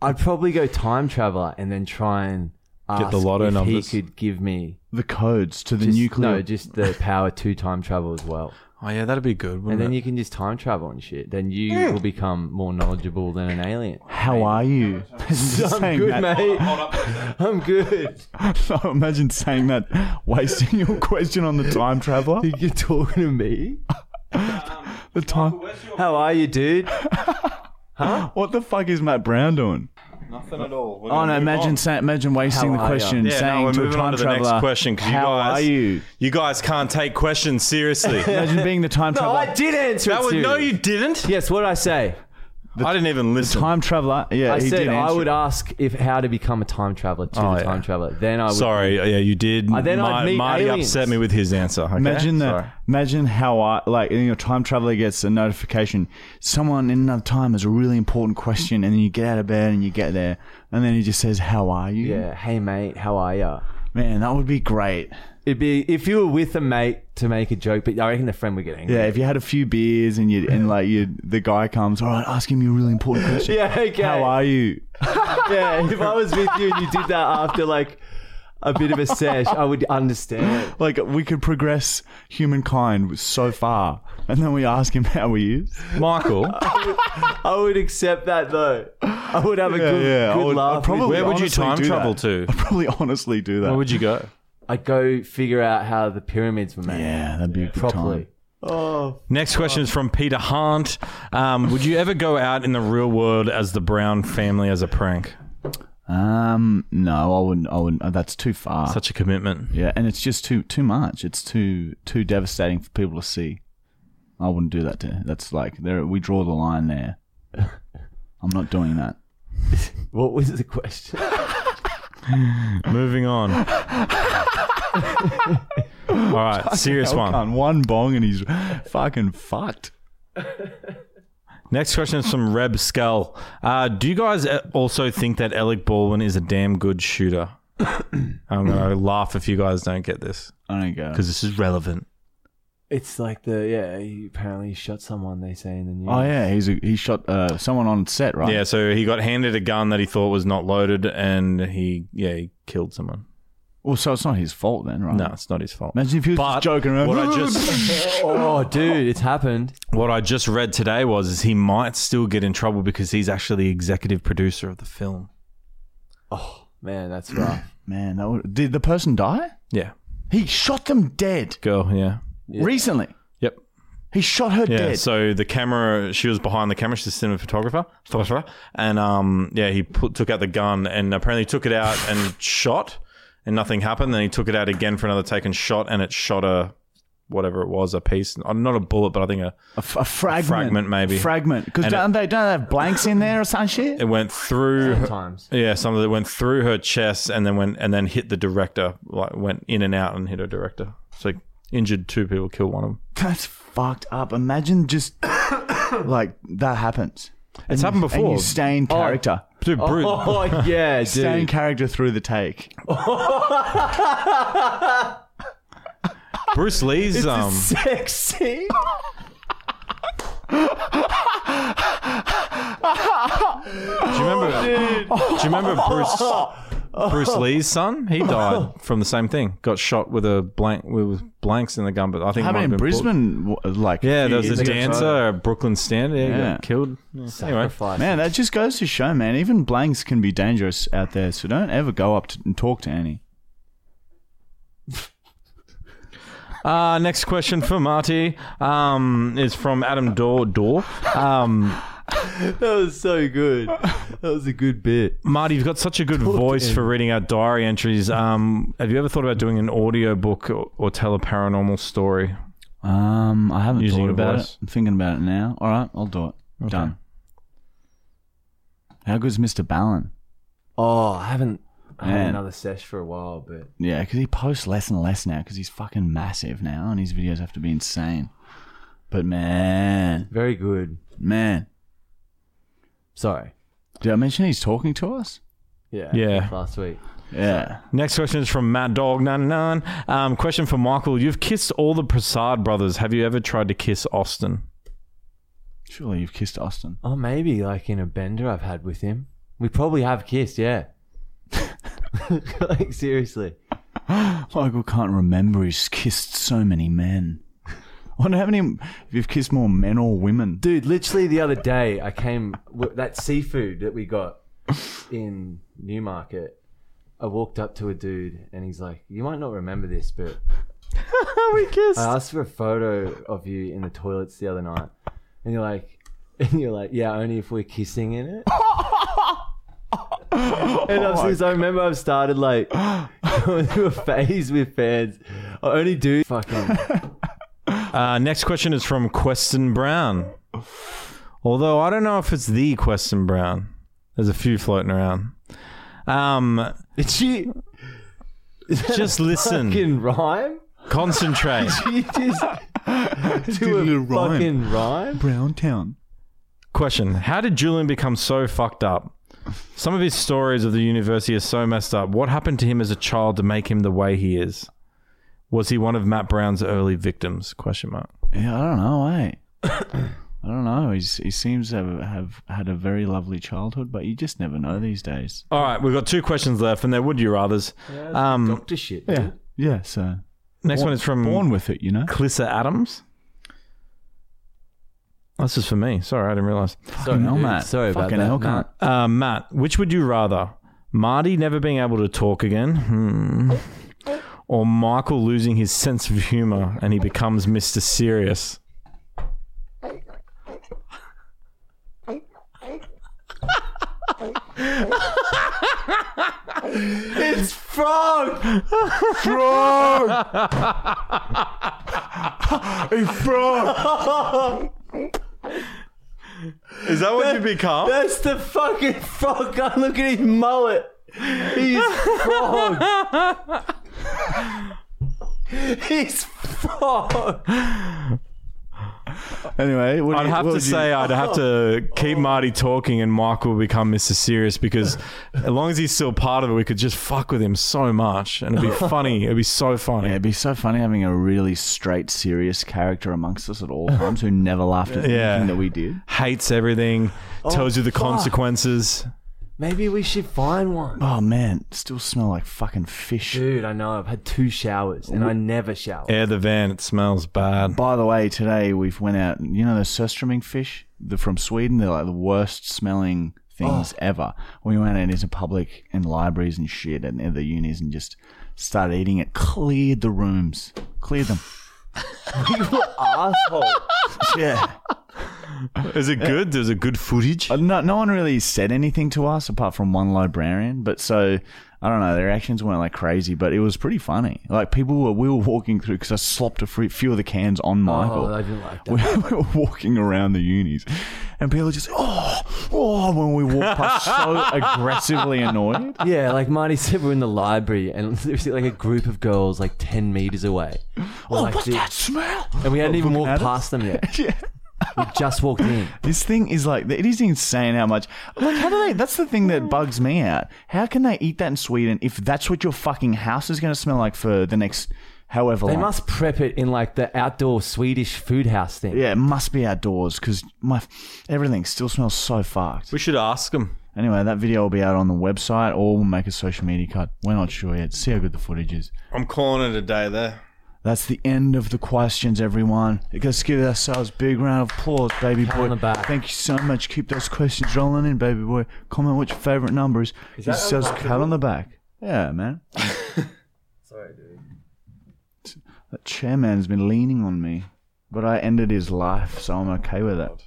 S3: I'd probably go time traveler and then try and ask
S2: the lotto
S3: if
S2: numbers.
S3: he could give me
S1: The codes to the
S3: just-
S1: nuclear.
S3: No, just the power to time travel as well.
S2: Oh yeah, that'd be good.
S3: And
S2: wouldn't
S3: then
S2: it?
S3: you can just time travel and shit. Then you will become more knowledgeable than an alien.
S1: How are
S3: [LAUGHS]
S1: you? Just
S3: I'm
S1: saying
S3: good,
S1: that-
S3: mate. [LAUGHS] I'm good.
S1: [LAUGHS] No, imagine saying that, wasting your question on the time
S3: [LAUGHS]
S1: traveler.
S3: You're talking to me?
S1: The time.
S3: How are you, dude?
S1: What the fuck is Matt Brown doing?
S2: nothing at all. We're
S1: Oh
S2: gonna
S1: no!
S2: move
S1: Imagine
S2: on.
S1: say, imagine wasting
S3: How
S1: the
S3: are ya?
S1: question,
S2: Yeah,
S1: saying
S2: no, we're
S1: to a
S2: moving
S1: time
S2: on to the next
S1: traveler,
S2: question 'cause you
S1: "How
S2: guys-
S1: are you?"
S2: You guys can't take
S1: [LAUGHS]
S2: questions seriously. [LAUGHS]
S1: Imagine being the time
S3: [LAUGHS] No,
S1: traveler.
S3: I did answer it.
S2: That was,
S3: to
S2: no, you didn't.
S3: Yes, what did I say?
S2: I didn't even listen.
S1: Time traveler. Yeah,
S3: I
S1: he
S3: said
S1: did
S3: I
S1: answer
S3: would
S1: it.
S3: ask if how to become a time traveler to
S2: Oh,
S3: the
S2: yeah.
S3: time traveler. Then I would.
S2: Sorry, yeah, you did.
S3: Uh, then I'd
S2: Mar-
S3: meet
S2: Marty
S3: aliens.
S2: upset me with his answer. okay?
S1: Imagine that.
S2: Sorry.
S1: Imagine how I like. You know, time traveler gets a notification. Someone in another time has a really important question, and then you get out of bed and you get there, and then he just says, "How are you?"
S3: Yeah. Hey mate, how are ya?
S1: man, that would be great.
S3: It'd be if you were with a mate to make a joke, but I reckon the friend would get angry.
S1: Yeah, if you had a few beers and you and like you, the guy comes. All right, ask him a really
S2: [LAUGHS]
S1: important question.
S3: Yeah, okay.
S1: How are you?
S3: Yeah, [LAUGHS] if I was with you and you did that after like a bit of a sesh, I would understand.
S1: Like we could progress humankind so far, and then we ask him [LAUGHS] how he is. [LAUGHS]
S2: Michael,
S3: I would accept that though. I would have a
S1: Yeah,
S3: good,
S1: yeah, I
S3: good
S1: would-
S3: laugh.
S1: I'd
S3: with
S1: probably-
S2: where
S3: you.
S2: would you
S1: honestly
S2: time
S1: do that.
S2: travel to?
S1: I probably honestly do that.
S2: Where would you go?
S3: I'd go figure out how the pyramids were made
S1: yeah, that'd be a good
S3: properly.
S1: time.
S2: Next question is from Peter Hunt. Um, would you ever go out in the real world as the Brown family as a prank?
S1: Um, no, I wouldn't. I wouldn't. uh, That's too far.
S2: Such a commitment.
S1: Yeah, and it's just too too much. It's too too devastating for people to see. I wouldn't do that to. That's like there. We draw the line there. I'm not doing that.
S3: What was the question? [LAUGHS]
S1: [LAUGHS]
S2: Moving on. All right, serious one.
S1: Can't one bong and he's fucking fucked.
S2: Next question is from Reb Skull. Uh, do you guys uh, also think that Alec Baldwin is a damn good shooter? [COUGHS] I'm gonna laugh if you guys don't get this
S1: I don't go.
S2: because this is relevant.
S3: It's like the yeah. He apparently shot someone. They say in the news.
S1: Oh yeah, he's a, he shot uh, someone on set, right?
S2: Yeah, so he got handed a gun that he thought was not loaded, and he yeah he killed someone.
S1: Well, so it's not his fault then, right?
S2: No, it's not his fault.
S1: Imagine if he was
S2: But
S1: just joking around. [LAUGHS]
S2: What I just
S3: Oh, dude, it's happened.
S2: what I just read today was is he might still get in trouble because he's actually the executive producer of the film.
S1: [LAUGHS]
S3: Man, that's rough.
S1: Man, that would, did the person die?
S2: Yeah,
S1: He shot them dead
S2: girl. Yeah.
S1: recently.
S2: Yep.
S1: He shot her
S2: Yeah.
S1: dead.
S2: So the camera, she was behind the camera. She's a cinematographer, photographer, and um, yeah, he put, took out the gun and apparently took it out and shot, and nothing happened. Then he took it out again for another take and shot, and it shot a whatever it was, a piece, uh, not a bullet, but I think a,
S1: a, f- a fragment,
S2: fragment, maybe.
S1: fragment. Because
S2: And it-
S1: don't they don't they have blanks in there or some shit?
S2: it went through. her-
S3: Times.
S2: yeah, something that went through her chest and then went and then hit the director, like went in and out and hit her director. So injured two people, killed one of them.
S1: That's fucked up. Imagine just [COUGHS] like that happens.
S2: It's happened
S1: And
S2: before. Oh,
S1: you stay in character.
S2: Dude, Bruce,
S3: Oh
S1: [LAUGHS]
S3: yeah,
S1: Stay in
S3: dude.
S1: character through the take. [LAUGHS]
S2: Bruce Lee's um,
S3: Sexy.
S2: Do you
S1: Oh,
S2: remember? do you remember Bruce Bruce Lee's son?
S1: [LAUGHS]
S2: He died from the same thing. Got shot with a blank with blanks in the gun, but I think it might
S1: Happened
S2: have
S1: in
S2: been Brooklyn.
S1: Brisbane, w- like
S2: Yeah,
S1: few
S2: there was
S1: years
S2: a
S1: ago.
S2: dancer, a Brooklyn stand. Yeah, he
S1: Yeah.
S2: got killed. Yeah. Anyway,
S3: Sacrifice.
S1: Man, that just goes to show, man. Even blanks can be dangerous out there, so don't ever go up to, and talk to Annie.
S2: uh, next question for Marty um, is from Adam Dor. Dor. Um,
S3: That was so good. That was a good bit.
S2: Marty, you've got such a good voice for reading out diary entries. Um, have you ever thought about doing an audio book or, or tell a paranormal story?
S1: Um, I haven't
S2: Using
S1: thought
S2: your
S1: about
S2: voice.
S1: it. I'm thinking about it now. All right, I'll do it. Done. How good's Mr. Ballin?
S3: Oh, I haven't had
S1: Man.
S3: another sesh for a while, but
S1: Yeah, because he posts less and less now because he's fucking massive now and his videos have to be insane. But man,
S3: very good.
S1: man.
S3: Sorry.
S1: Did I mention he's talking to us?
S3: Yeah.
S2: Yeah.
S3: Last week.
S1: Yeah.
S2: Next question is from Mad Dog 99 um, Question for Michael: You've kissed all the Prasad brothers. Have you ever tried to kiss Austin?
S1: Surely you've kissed Austin.
S3: Oh, maybe like in a bender I've had with him. We probably have kissed. Yeah. [LAUGHS] like seriously.
S1: Michael can't remember he's kissed so many men. [LAUGHS] I wonder how many if you've kissed more men or
S3: [LAUGHS]
S1: women.
S3: Dude, literally the other day, I came with that seafood that we got in Newmarket. I walked up to a dude and he's like, "You might not remember this, but
S2: [LAUGHS] we kissed.
S3: I asked for a photo of you in the toilets the other night." And you're like, [LAUGHS] "And you're like, yeah, only if we're kissing
S2: [LAUGHS]
S3: in it." and
S2: Oh
S3: I've, since I remember, I've started like going through a phase with fans. I only
S2: [LAUGHS]
S3: do fucking
S2: Uh, next question is from Queston Brown. Although I don't know if it's the Question Brown. There's a few floating around. Um,
S3: Did you
S2: just listen,
S3: fucking rhyme?
S2: concentrate.
S3: You just do
S1: Did a
S3: a
S1: rhyme.
S3: fucking rhyme?
S1: Brown Town.
S2: Question: How did Julian become so fucked up? Some of his stories of the university are so messed up. What happened to him as a child to make him the way he is? Was he one of Matt Brown's early victims? Question mark.
S1: Yeah, I don't know,
S2: [COUGHS]
S1: eh? I don't know. He's, he seems to have, have had a very lovely childhood, but you just never know these days.
S2: All right, we've got two questions left, and they're would you rather's. um,
S3: Doctor shit.
S1: Yeah, so.
S2: next one is from
S1: Born with it, you know?
S2: Clissa Adams. This is for me. Sorry, I didn't realize.
S1: Fucking hell,
S3: dude.
S1: Matt.
S3: Sorry about
S1: Fucking
S3: that,
S1: hell,
S3: Matt.
S1: cunt.
S2: Uh, Matt, which would you rather? Marty never being able to talk again, hmm, or Michael losing his sense of humor and he becomes Mr. Serious?
S3: It's frog.
S2: Is that what you become?
S3: That's the fucking frog. God, look at his mullet. He's frog. He's frog.
S1: Anyway, what do
S2: I'd
S1: you-
S2: have
S1: what would
S2: to
S1: you-
S2: say I'd have to keep Marty talking and Michael will become Mr. Serious because as long as he's still part of it, we could just fuck with him so much and it'd be funny. It'd be so funny.
S1: Yeah, it'd be so funny having a really straight, serious character amongst us at all times who never laughed at
S2: [LAUGHS] Yeah.
S1: anything that we did.
S2: Hates everything, tells you the
S3: fuck.
S2: consequences.
S3: Maybe we should find one.
S1: Oh man, still smell like fucking fish.
S3: Dude, I know. I've had two showers and I never shower.
S2: Air the van, it smells bad.
S1: By the way, today we've went out. and You know the surströmming fish, the from Sweden. They're like the worst smelling things ever. We went out into public and libraries and shit and the unis and just started eating it. Cleared the rooms, cleared them.
S3: Asshole.
S1: yeah.
S2: Is it good? There's a good footage.
S1: Uh, No, no one really said anything to us apart from one librarian. But so I don't know, their actions weren't like crazy, but it was pretty funny. Like people were, we were walking through because I slopped a fr- few of the cans on Michael.
S3: I Oh, didn't like
S1: we, [LAUGHS] we were walking around the unis, and people just oh, oh, when we walked
S3: [LAUGHS]
S1: past, so aggressively annoyed.
S3: Yeah, like Marty said, we're in the library and [LAUGHS] seriously, like a group of girls like 10 meters away. We're
S1: Oh,
S3: like
S1: what's
S3: this-
S1: that smell?
S3: And we hadn't even
S1: Oh, Looking at
S3: walked
S1: us.
S3: past them
S1: [LAUGHS]
S3: yet.
S1: Yeah.
S3: We just walked in.
S1: This thing is like it is insane how much like how do they that's the thing that bugs me out. How can they eat that in Sweden if that's what your fucking house is gonna smell like for the next however
S3: They
S1: long?
S3: must prep it in like the outdoor Swedish food house thing.
S1: yeah, it must be outdoors because my everything still smells so fucked.
S2: We should ask him.
S1: Anyway, that video will be out on the website or we'll make a social media cut. We're not sure yet. See how good the footage is.
S2: I'm calling it a day there.
S1: That's the end of the questions, everyone. Let's give ourselves a big round of applause, baby boy.
S3: on the back.
S1: Thank you so much. Keep those questions rolling in, baby boy. Comment what your favorite number is. Give yourselves a cut on the back. Yeah, man. [LAUGHS] Sorry, dude. That chairman's been leaning on me, but I ended his life, so I'm okay with that.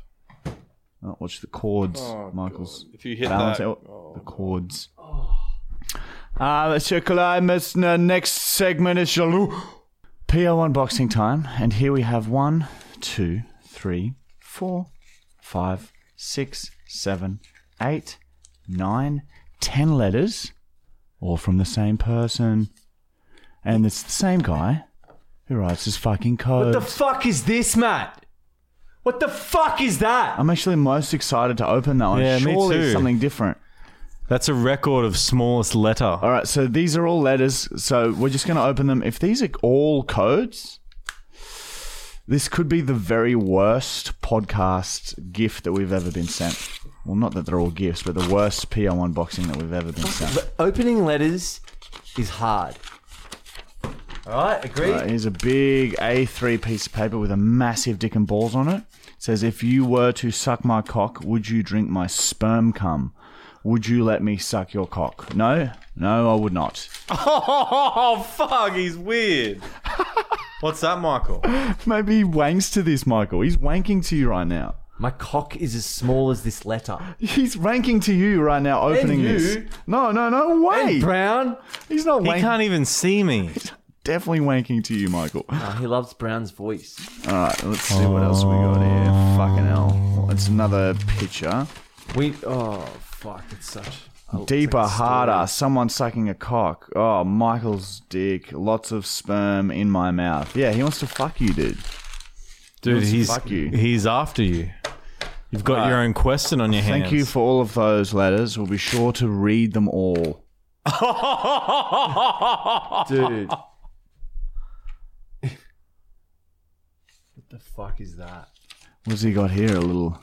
S1: Oh, watch the chords, Michael's.
S2: If you hit
S1: Balance out the chords. Uh, Mr. Clymus, uh, next segment is Jaloo. PO unboxing time, and here we have one, two, three, four, five, six, seven, eight, nine, ten letters, all from the same person, and it's the same guy who writes his fucking
S3: What
S1: code.
S3: the fuck is this, Matt? What the fuck is that?
S1: I'm actually most excited to open that one.
S2: Yeah, me
S1: Surely it's
S2: too.
S1: something different.
S2: That's a record of smallest letter.
S1: All right, so these are all letters. So we're just going to open them. If these are all codes, this could be the very worst podcast gift that we've ever been sent. Well, not that they're all gifts, but the worst PO unboxing that we've ever been sent.
S3: Opening letters is hard. All right, agree.
S1: All right, here's a big A3 piece of paper with a massive dick and balls on it. It says, "If you were to suck my cock, would you drink my sperm cum? Would you let me suck your cock? No, no, I would not.
S2: [LAUGHS] Oh, fuck, he's [LAUGHS] weird. What's that, Michael?
S1: Maybe he wanks to this, Michael. He's wanking to you right now."
S3: My cock is as small as this letter.
S1: He's ranking to you right now opening
S3: you.
S1: this. No, no, no way.
S3: Brown?
S1: He's not
S2: He
S1: wanking.
S2: can't even see me.
S1: definitely wanking to you, Michael.
S3: Oh, he loves Brown's voice.
S1: All right, let's see what else we got here. Fucking hell. It's another picture.
S3: We oh fuck, it's such a
S1: Deeper,
S3: freaking story.
S1: harder. Someone sucking a cock. Oh, Michael's dick. Lots of sperm in my mouth. Yeah, he wants to fuck you, dude.
S2: Dude,
S1: Let's
S2: he's
S1: fuck you.
S2: he's after you. You've got your own question on your hands.
S1: Thank you for [LAUGHS] all of those letters. We'll be sure to read them all.
S3: [LAUGHS] dude. what the fuck is that?
S1: What's he got here? A little.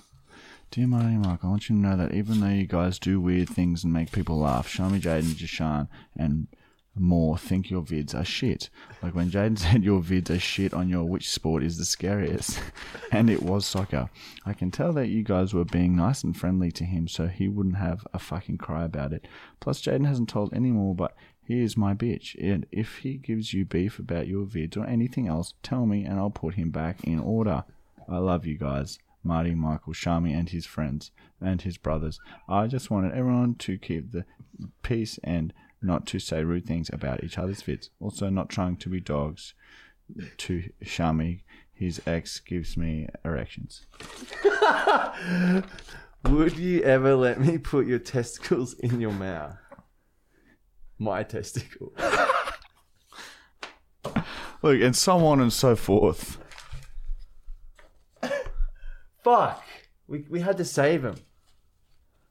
S1: Dear Marty and Mark, I want you to know that even though you guys do weird things and make people laugh, Shami, Jaden, Jashan, and more think your vids are shit. Like when Jaden [LAUGHS] said your vids are shit on your which sport is the scariest, [LAUGHS] and it was soccer. I can tell that you guys were being nice and friendly to him, so he wouldn't have a fucking cry about it. Plus, Jaden hasn't told anymore, but he is my bitch. And if he gives you beef about your vids or anything else, tell me and I'll put him back in order. I love you guys. Marty, Michael, Shami, and his friends and his brothers. I just wanted everyone to keep the peace and not to say rude things about each other's fits. Also, not trying to be dogs to Shami. His ex gives me erections.
S3: Would you ever let me put your testicles in your mouth? My testicle.
S1: Look, and so on and so forth.
S3: Fuck. We, we had to save him.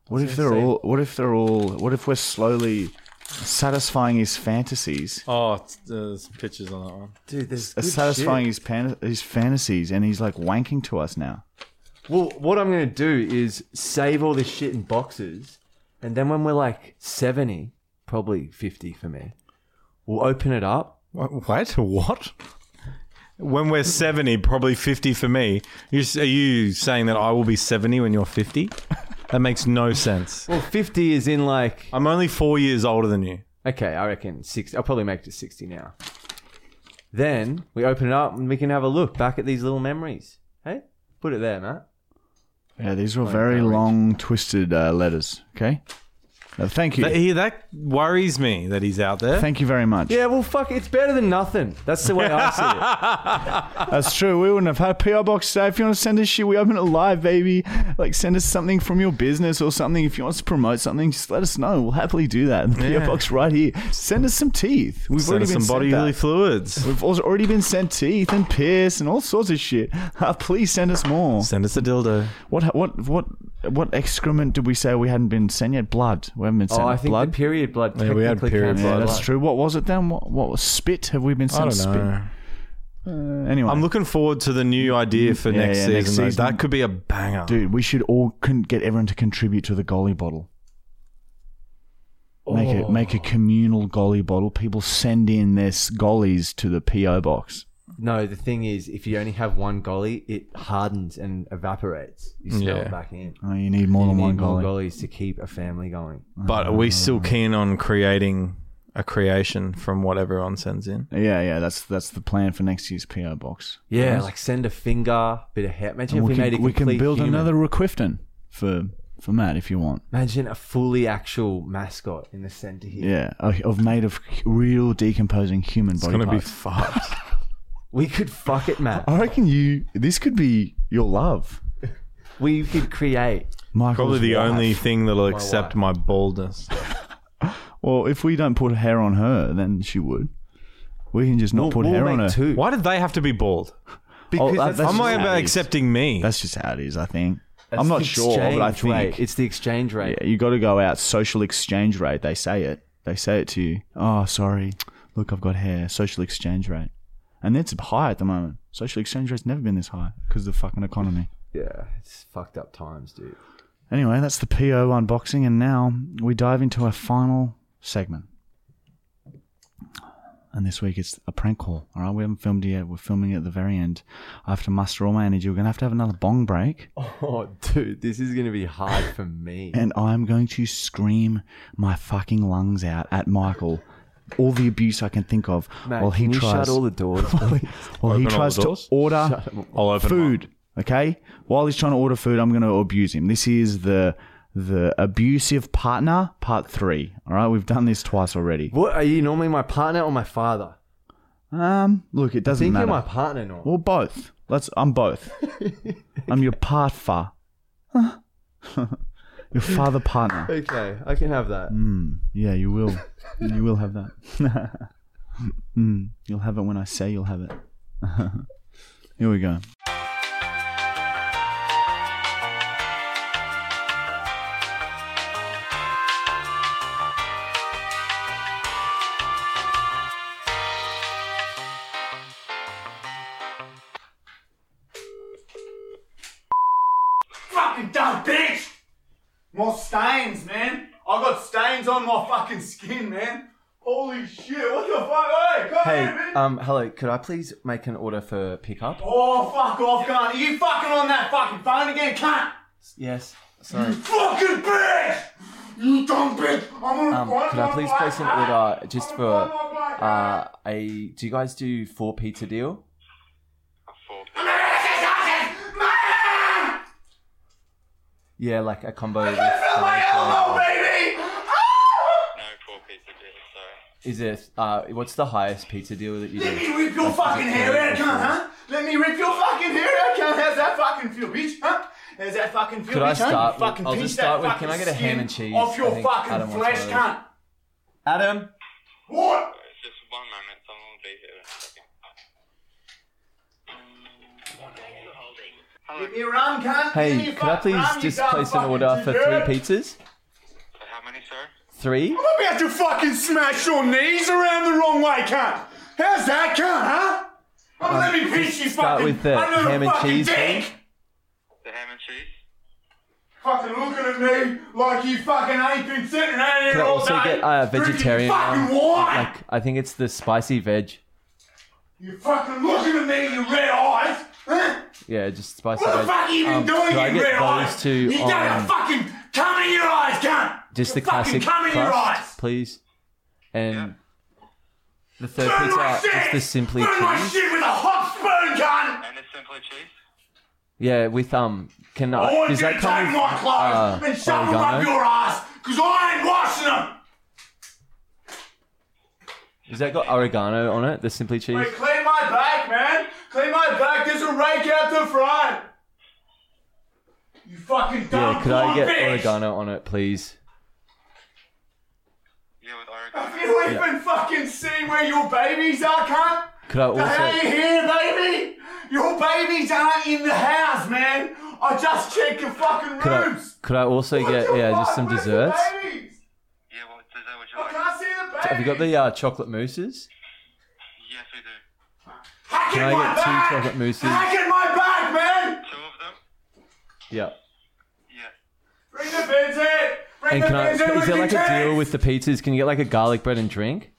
S1: What if they're all? What if they're all? What if we're slowly satisfying his fantasies?
S2: [LAUGHS] Oh, it's- uh, there's pictures on that one.
S3: Dude, there's good
S1: Satisfying
S3: shit.
S1: his pan- his fantasies, and he's like wanking to us now.
S3: Well, what I'm going to do is save all this shit in boxes. And then when we're like 70, probably 50 for me, we'll open it up.
S2: What? What? what? When we're seventy, probably fifty for me. You s- are you saying that I will be seventy when you're fifty? That makes no sense.
S3: Well, 50 is in like.
S2: I'm only four years older than you.
S3: Okay, I reckon 60. I'll probably make it to 60 now. Then we open it up and we can have a look back at these little memories. Hey, put it there, Matt.
S1: Yeah, these were very long, twisted uh, letters. Okay, Uh, thank you.
S2: That, he, that worries me that he's out there.
S1: Thank you very much.
S3: Yeah, well, fuck, it's better than nothing. That's the way I [LAUGHS] see
S1: That's true. We wouldn't have had a PR box today. If you want to send us shit, we open it live, baby. Like, send us something from your business or something. If you want us to promote something, just let us know. We'll happily do that. The PR box right here. Send us some teeth. We've
S2: Send
S1: already
S2: us
S1: been
S2: some
S1: sent
S2: bodily
S1: that.
S2: fluids.
S1: We've also already been sent teeth and piss and all sorts of shit. Uh, please send us more.
S2: Send us a dildo.
S1: What what what what excrement did we say we hadn't been sent yet? Blood. We haven't been
S3: it.
S1: sent
S3: Oh, I think
S1: blood.
S3: the period blood
S2: Yeah,
S3: technically
S2: we had period
S3: counts as
S2: blood.
S1: yeah,
S2: blood.
S1: that's true. What was it then? What what was spit? Have we been
S2: I
S1: sent
S2: don't know.
S1: spit? Uh, anyway,
S2: I'm looking forward to the new idea for
S1: Yeah,
S2: next,
S1: yeah,
S2: season,
S1: next
S2: though.
S1: season.
S2: That could be a banger.
S1: Dude, we should all con- get everyone to contribute to the goalie bottle. Make a make a communal goalie bottle. People send in their s- goalies to the PO box.
S3: No, the thing is, if you only have one goalie, it hardens and evaporates. You smell
S2: Yeah.
S3: it back in.
S1: Oh, you need more
S3: You
S1: than
S3: need
S1: one
S3: more
S1: goalie.
S3: goalies to keep a family going.
S2: But are we still keen on creating a creation from what everyone sends in?
S1: Yeah, yeah, that's that's the plan for next year's PO box.
S3: Yeah, like send a finger, bit of hair. Imagine
S1: And
S3: if
S1: we,
S3: we, made a
S1: can, we can
S3: complete
S1: build
S3: human.
S1: another Requifton for for Matt if you want.
S3: Imagine a fully actual mascot in the center here.
S1: Yeah, of of made of real decomposing human
S2: It's
S1: body
S2: gonna be
S1: parts.
S2: fucked.
S3: We could fuck
S1: [LAUGHS]
S3: it, Matt.
S1: I reckon you. This could be your love,
S3: We could create.
S1: Michael's
S2: Probably the
S1: wife.
S2: only thing that'll accept my baldness.
S1: Well, if we don't put hair on her, then she would. We can just not put hair on her.
S3: two.
S2: Why did they have to be bald?
S3: Because
S1: Oh, that-
S3: that's,
S1: that's
S2: I'm
S1: just
S2: not
S1: how
S2: about
S1: it is.
S2: accepting me.
S1: That's just how it is, I think.
S3: that's
S1: I'm
S3: the
S1: not sure, but I
S3: exchange
S1: think
S3: rate. it's the exchange rate.
S1: yeah, you got to go out social exchange rate. They say it. They say it to you. Oh, sorry. Look, I've got hair. Social exchange rate, and it's high at the moment. Social exchange rate's never been this high because of the fucking economy.
S3: Yeah, it's fucked up times, dude.
S1: Anyway, that's the PO unboxing, and now we dive into our final segment. And this week it's a prank call. All right, we haven't filmed it yet. We're filming it at the very end. I have to muster all my energy. We're gonna have to have another bong break,
S3: Oh, dude, this is gonna be hard for me.
S1: [LAUGHS] and I'm going to scream my fucking lungs out at Michael, all the abuse I can think of,
S3: Matt,
S1: while he
S3: can you
S1: tries.
S3: shut all the doors?
S1: [LAUGHS]
S3: please?
S1: while he
S2: Open all
S1: tries
S2: the
S1: to
S2: doors?
S1: order
S2: I'll open
S1: food. Okay, while he's trying to order food, I'm going to abuse him. This is the the abusive partner part three. All right, we've done this twice already.
S3: what are you normally my partner or my father?
S1: Um, look, it doesn't
S4: Think
S1: matter.
S4: you're my partner now.
S1: Well, both. Let's. I'm both. I'm your partner. [LAUGHS] your father partner.
S4: Okay, I can have that.
S1: Mm. Yeah, you will. You will have that. [LAUGHS] Mm, you'll have it when I say you'll have it. [LAUGHS] Here we go.
S5: fucking dumb bitch! More stains, man. I got stains on my fucking skin, man. Holy shit, what the fuck? Hey, come
S3: Hey,
S5: here, man.
S3: um, hello. Could I please make an order for pickup?
S5: oh, fuck off, cunt. Are you fucking on that fucking phone again, cunt?
S3: Yes. Sorry.
S5: Fucking bitch! You dumb bitch! I'm on
S3: Um, could I please place an order just for uh, a? Do you guys do four pizza deal? Yeah, like a combo. With, uh, is it? Uh, what's the highest pizza deal that you
S5: Let
S3: do?
S5: me rip your fucking hair out, cunt, huh? Let me rip your fucking hair out, cunt. How's that fucking feel, bitch, huh? How's that fucking feel,
S3: Could
S5: bitch,
S3: I
S5: huh?
S3: start
S5: You
S3: with-
S5: fucking
S3: I'll
S5: pinch
S3: just start
S5: that
S3: with, can I
S5: fucking
S3: get a ham and
S5: skin
S3: cheese?
S5: Off
S3: I
S5: your
S3: think
S5: fucking
S3: Adam wants
S5: flesh,
S3: one of those.
S5: cunt.
S3: Adam.
S5: What?
S6: Just one moment, someone will be here in a second.
S5: Give me a rum, cunt. Give me
S3: Hey,
S5: your
S3: could I
S5: fucking
S3: please
S5: rum, you
S3: just
S5: dumb
S3: place an
S5: fucking
S3: order for
S5: jerk.
S3: three pizzas?
S6: So how many, sir?
S3: Three.
S5: I'm about to fucking smash your knees around the wrong way, cunt. How's that, cunt, huh? Oh, let me pinch you
S3: Um, start
S5: fucking
S3: with the
S5: under
S3: ham and
S5: fucking
S3: cheese
S5: dick.
S3: thing.
S6: The ham and cheese?
S5: Fucking looking at me like you fucking ain't been sitting around here
S3: Could I
S5: all
S3: also
S5: day
S3: get a vegetarian
S5: drinking fucking
S3: one?
S5: wine.
S3: Like I think it's the spicy veg.
S5: you fucking looking at me, you red eyes. Huh?
S3: Yeah, just spicy
S5: What
S3: veg.
S5: the fuck are you been
S3: Um,
S5: doing,
S3: could
S5: you
S3: I get
S5: red
S3: those
S5: eyes?
S3: two
S5: you got
S3: on
S5: a fucking cum in your eyes, cunt.
S3: just the
S5: You fucking
S3: classic
S5: cum in your eyes.
S3: crust, please? And the third
S5: Burn my
S3: pizza, just
S5: shit.
S3: the simply
S5: Burn my
S3: cheese.
S5: shit with a hot spoon, cunt.
S6: And the simply cheese?
S3: Yeah, with um, can
S5: I
S3: I?
S5: want
S3: Does
S5: you to
S3: that
S5: take
S3: come
S5: my
S3: with
S5: clothes
S3: uh,
S5: and shove them up
S3: oregano?
S5: your ass, because I ain't washing them.
S3: Has that got oregano on it? The simply cheese.
S5: Wait, clean my back, man. Clean my back. There's a rake out the front. You fucking dumb
S3: Yeah, could I
S5: fuck
S3: get
S5: bitch.
S3: oregano on it, please?
S6: Yeah, with
S5: Have
S6: oregano.
S5: you even fucking seen where your babies are, cunt?
S3: Could I
S5: They
S3: also?
S5: ain't here, baby. Your babies aren't in the house, man. I just checked your fucking
S3: Could I,
S5: rooms.
S3: could I also
S5: What
S3: get
S5: the
S3: yeah,
S5: fuck?
S3: just some
S5: Where's the
S3: desserts?
S5: babies?
S6: Yeah, what dessert would you
S5: I
S6: like?
S5: can't see the babies.
S3: Have you got the uh, chocolate mousses?
S6: Yes, we do.
S5: Hack
S3: Can
S5: in
S3: I
S5: my
S3: get two
S5: back.
S3: chocolate mousses?
S5: Hack in my back, man.
S6: Two of them?
S3: Yeah.
S6: Yeah.
S5: Bring the bins in. Bring
S3: And
S5: the
S3: can I? Is
S5: bins in with
S3: there
S5: your
S3: like a deal
S5: kids.
S3: with the pizzas? Can you get like a garlic bread and drink?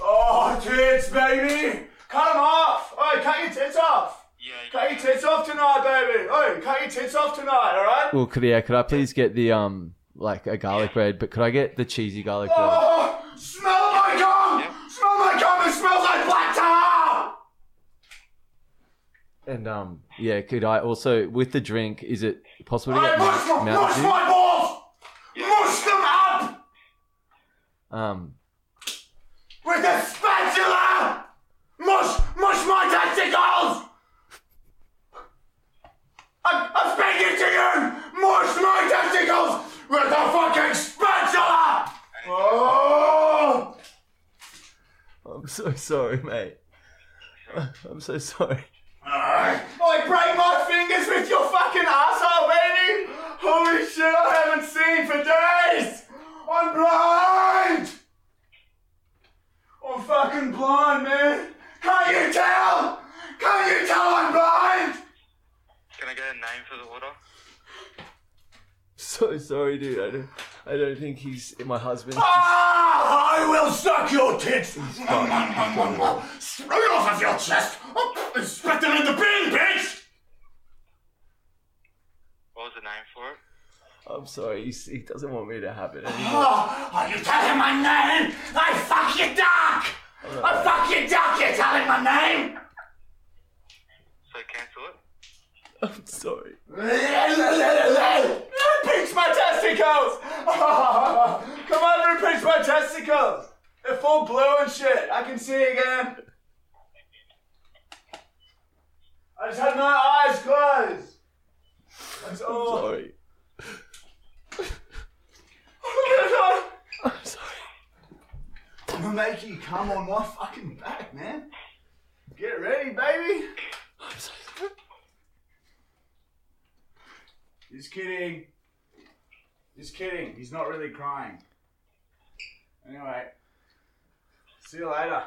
S5: Oh, tits, baby! Cut 'em off! Hey, cut your tits off!
S6: Yeah, you
S5: Cut your tits off tonight, baby! Hey, cut your tits off tonight, alright?
S3: Well, could yeah, could I please get the um like a garlic bread? But could I get the cheesy garlic bread?
S5: Oh, smell my cum! Smell my cum! It smells like black tar!
S3: And um yeah, could I also with the drink? Is it possible to
S5: Hey,
S3: get
S5: mush them!
S3: Oh, Mount,
S5: Mush
S3: Mountain
S5: my balls! Mush them up!
S3: Dew? Um,
S5: With a spatula! Mush! Mush my testicles! I'm, I'm speaking to you! Mush my testicles! With a fucking spatula! Oh!
S3: I'm so sorry, mate. [LAUGHS] I'm so sorry.
S5: I break my fingers with your fucking asshole, baby! Holy shit, I haven't seen for days! I'm blind! I'm fucking blind, man! Can't you tell? Can't you tell I'm blind?
S6: Can I get a name for the order?
S3: So sorry, dude. I don't, I don't think he's my husband.
S5: Ah! I will suck your tits! Spray it off of your chest! And spit them in the bin, bitch!
S6: What was the name for it?
S3: I'm sorry. He's, he doesn't want me to have it. Anymore.
S5: Oh, are you telling my name? I fuck your duck! I fuck your duck, you're telling my name!
S6: So cancel it?
S3: I'm sorry.
S5: [LAUGHS] Pinch my testicles! Come over and pinch my testicles! It It's all blue and shit. I can see again. I just had my eyes closed. That's all. sorry. I'm gonna make you come on my fucking back, man. Get ready, baby. Just kidding. Just kidding. He's not really crying. Anyway, see you later.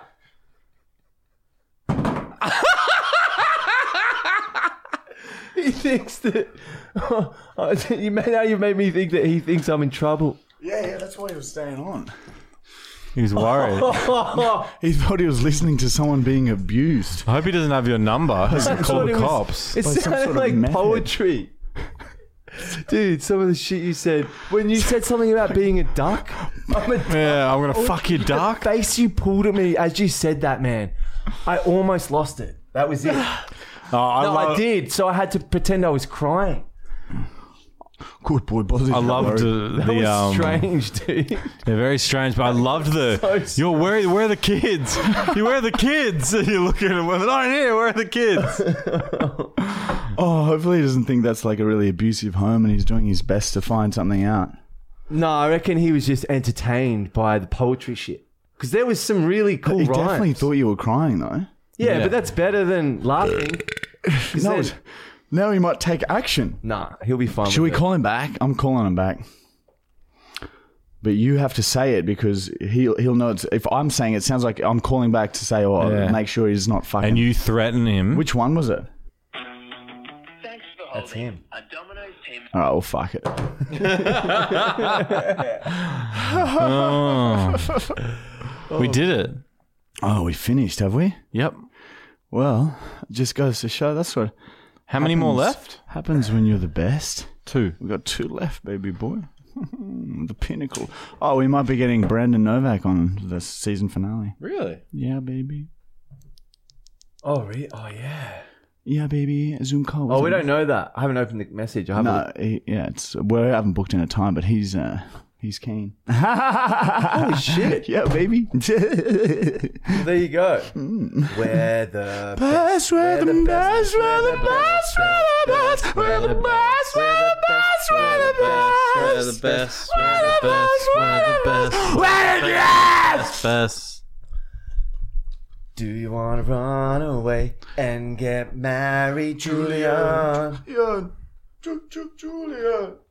S3: He thinks that. [LAUGHS] you made, now you've made me think that he thinks I'm in trouble. [LAUGHS]
S4: Yeah, yeah, that's why he was staying on.
S2: He was worried. I
S1: He thought he was listening to someone being abused.
S2: hope he doesn't have your number. He can call
S3: what
S2: the
S3: it was-
S2: cops.
S3: It
S1: By some
S3: sounded
S1: sort of
S3: like
S1: method.
S3: poetry. Dude, some of the shit you said. When you said something about being a duck, [LAUGHS] I'm a
S2: yeah, I'm gonna fuck you, dark.
S3: The face you pulled at me as you said that, man. I almost lost it. That was it. [LAUGHS] [SIGHS] no,
S2: Oh, I, love,
S3: I did. So I had to pretend I was crying.
S1: Good boy, Bozzy.
S2: I loved
S1: it.
S2: the,
S3: That
S2: the
S3: was
S2: um,
S3: strange, [LAUGHS] dude.
S2: They're very strange, but I loved the.
S3: so
S2: you're where? Where are the kids? you where are the kids? [LAUGHS] And you're looking at them. They're not in here. Where are the kids?
S1: Oh, hopefully he doesn't think that's like a really abusive home and he's doing his best to find something out.
S3: no, I reckon he was just entertained by the poetry shit. Because there was some really cool
S1: He
S3: rhymes.
S1: definitely thought you were crying though.
S2: Yeah.
S3: yeah, but that's better than laughing. 'Cause
S1: No,
S3: then-
S1: it's- now he might take action.
S3: nah, he'll be fine.
S1: Should we
S3: with it.
S1: call him back? I'm calling him back. But you have to say it because he'll he'll know. It's, if I'm saying it, it sounds like I'm calling back to say, "Oh,
S2: Yeah.
S1: make sure he's not fucking."
S2: and you threaten him.
S1: Which one was it?
S6: Thanks for holding.
S3: him.
S6: A Domino's payment.
S1: All right, Oh, well, fuck it.
S2: We did it.
S1: Oh, we finished, have we?
S2: Yep.
S1: Well, it just goes to show that's what
S2: How many more
S1: happens-
S2: left?
S1: happens when you're the best.
S2: Two.
S1: We've got two left, baby boy. the pinnacle. Oh, we might be getting Brandon Novak on the season finale.
S4: Really?
S1: Yeah, baby.
S3: Oh, really? Oh, yeah.
S1: Yeah, baby. A Zoom call.
S3: Oh, we
S1: wasn't it?
S3: don't know that. I haven't opened the message. I haven't.
S1: No, he, yeah, it's we haven't booked in a time, but he's uh, he's keen. [LAUGHS] Holy
S3: shit.
S1: Yeah, baby.
S3: There you go. Where the
S1: Best, we're the best, we're the best, we're the best, we're the best, we're the best, we're the best,
S2: the best. We're the best. We're the best.
S1: we're the best.
S2: Best.
S3: Do you want to run away and get married, Julian?
S4: Julian. Ju- Ju- Julian.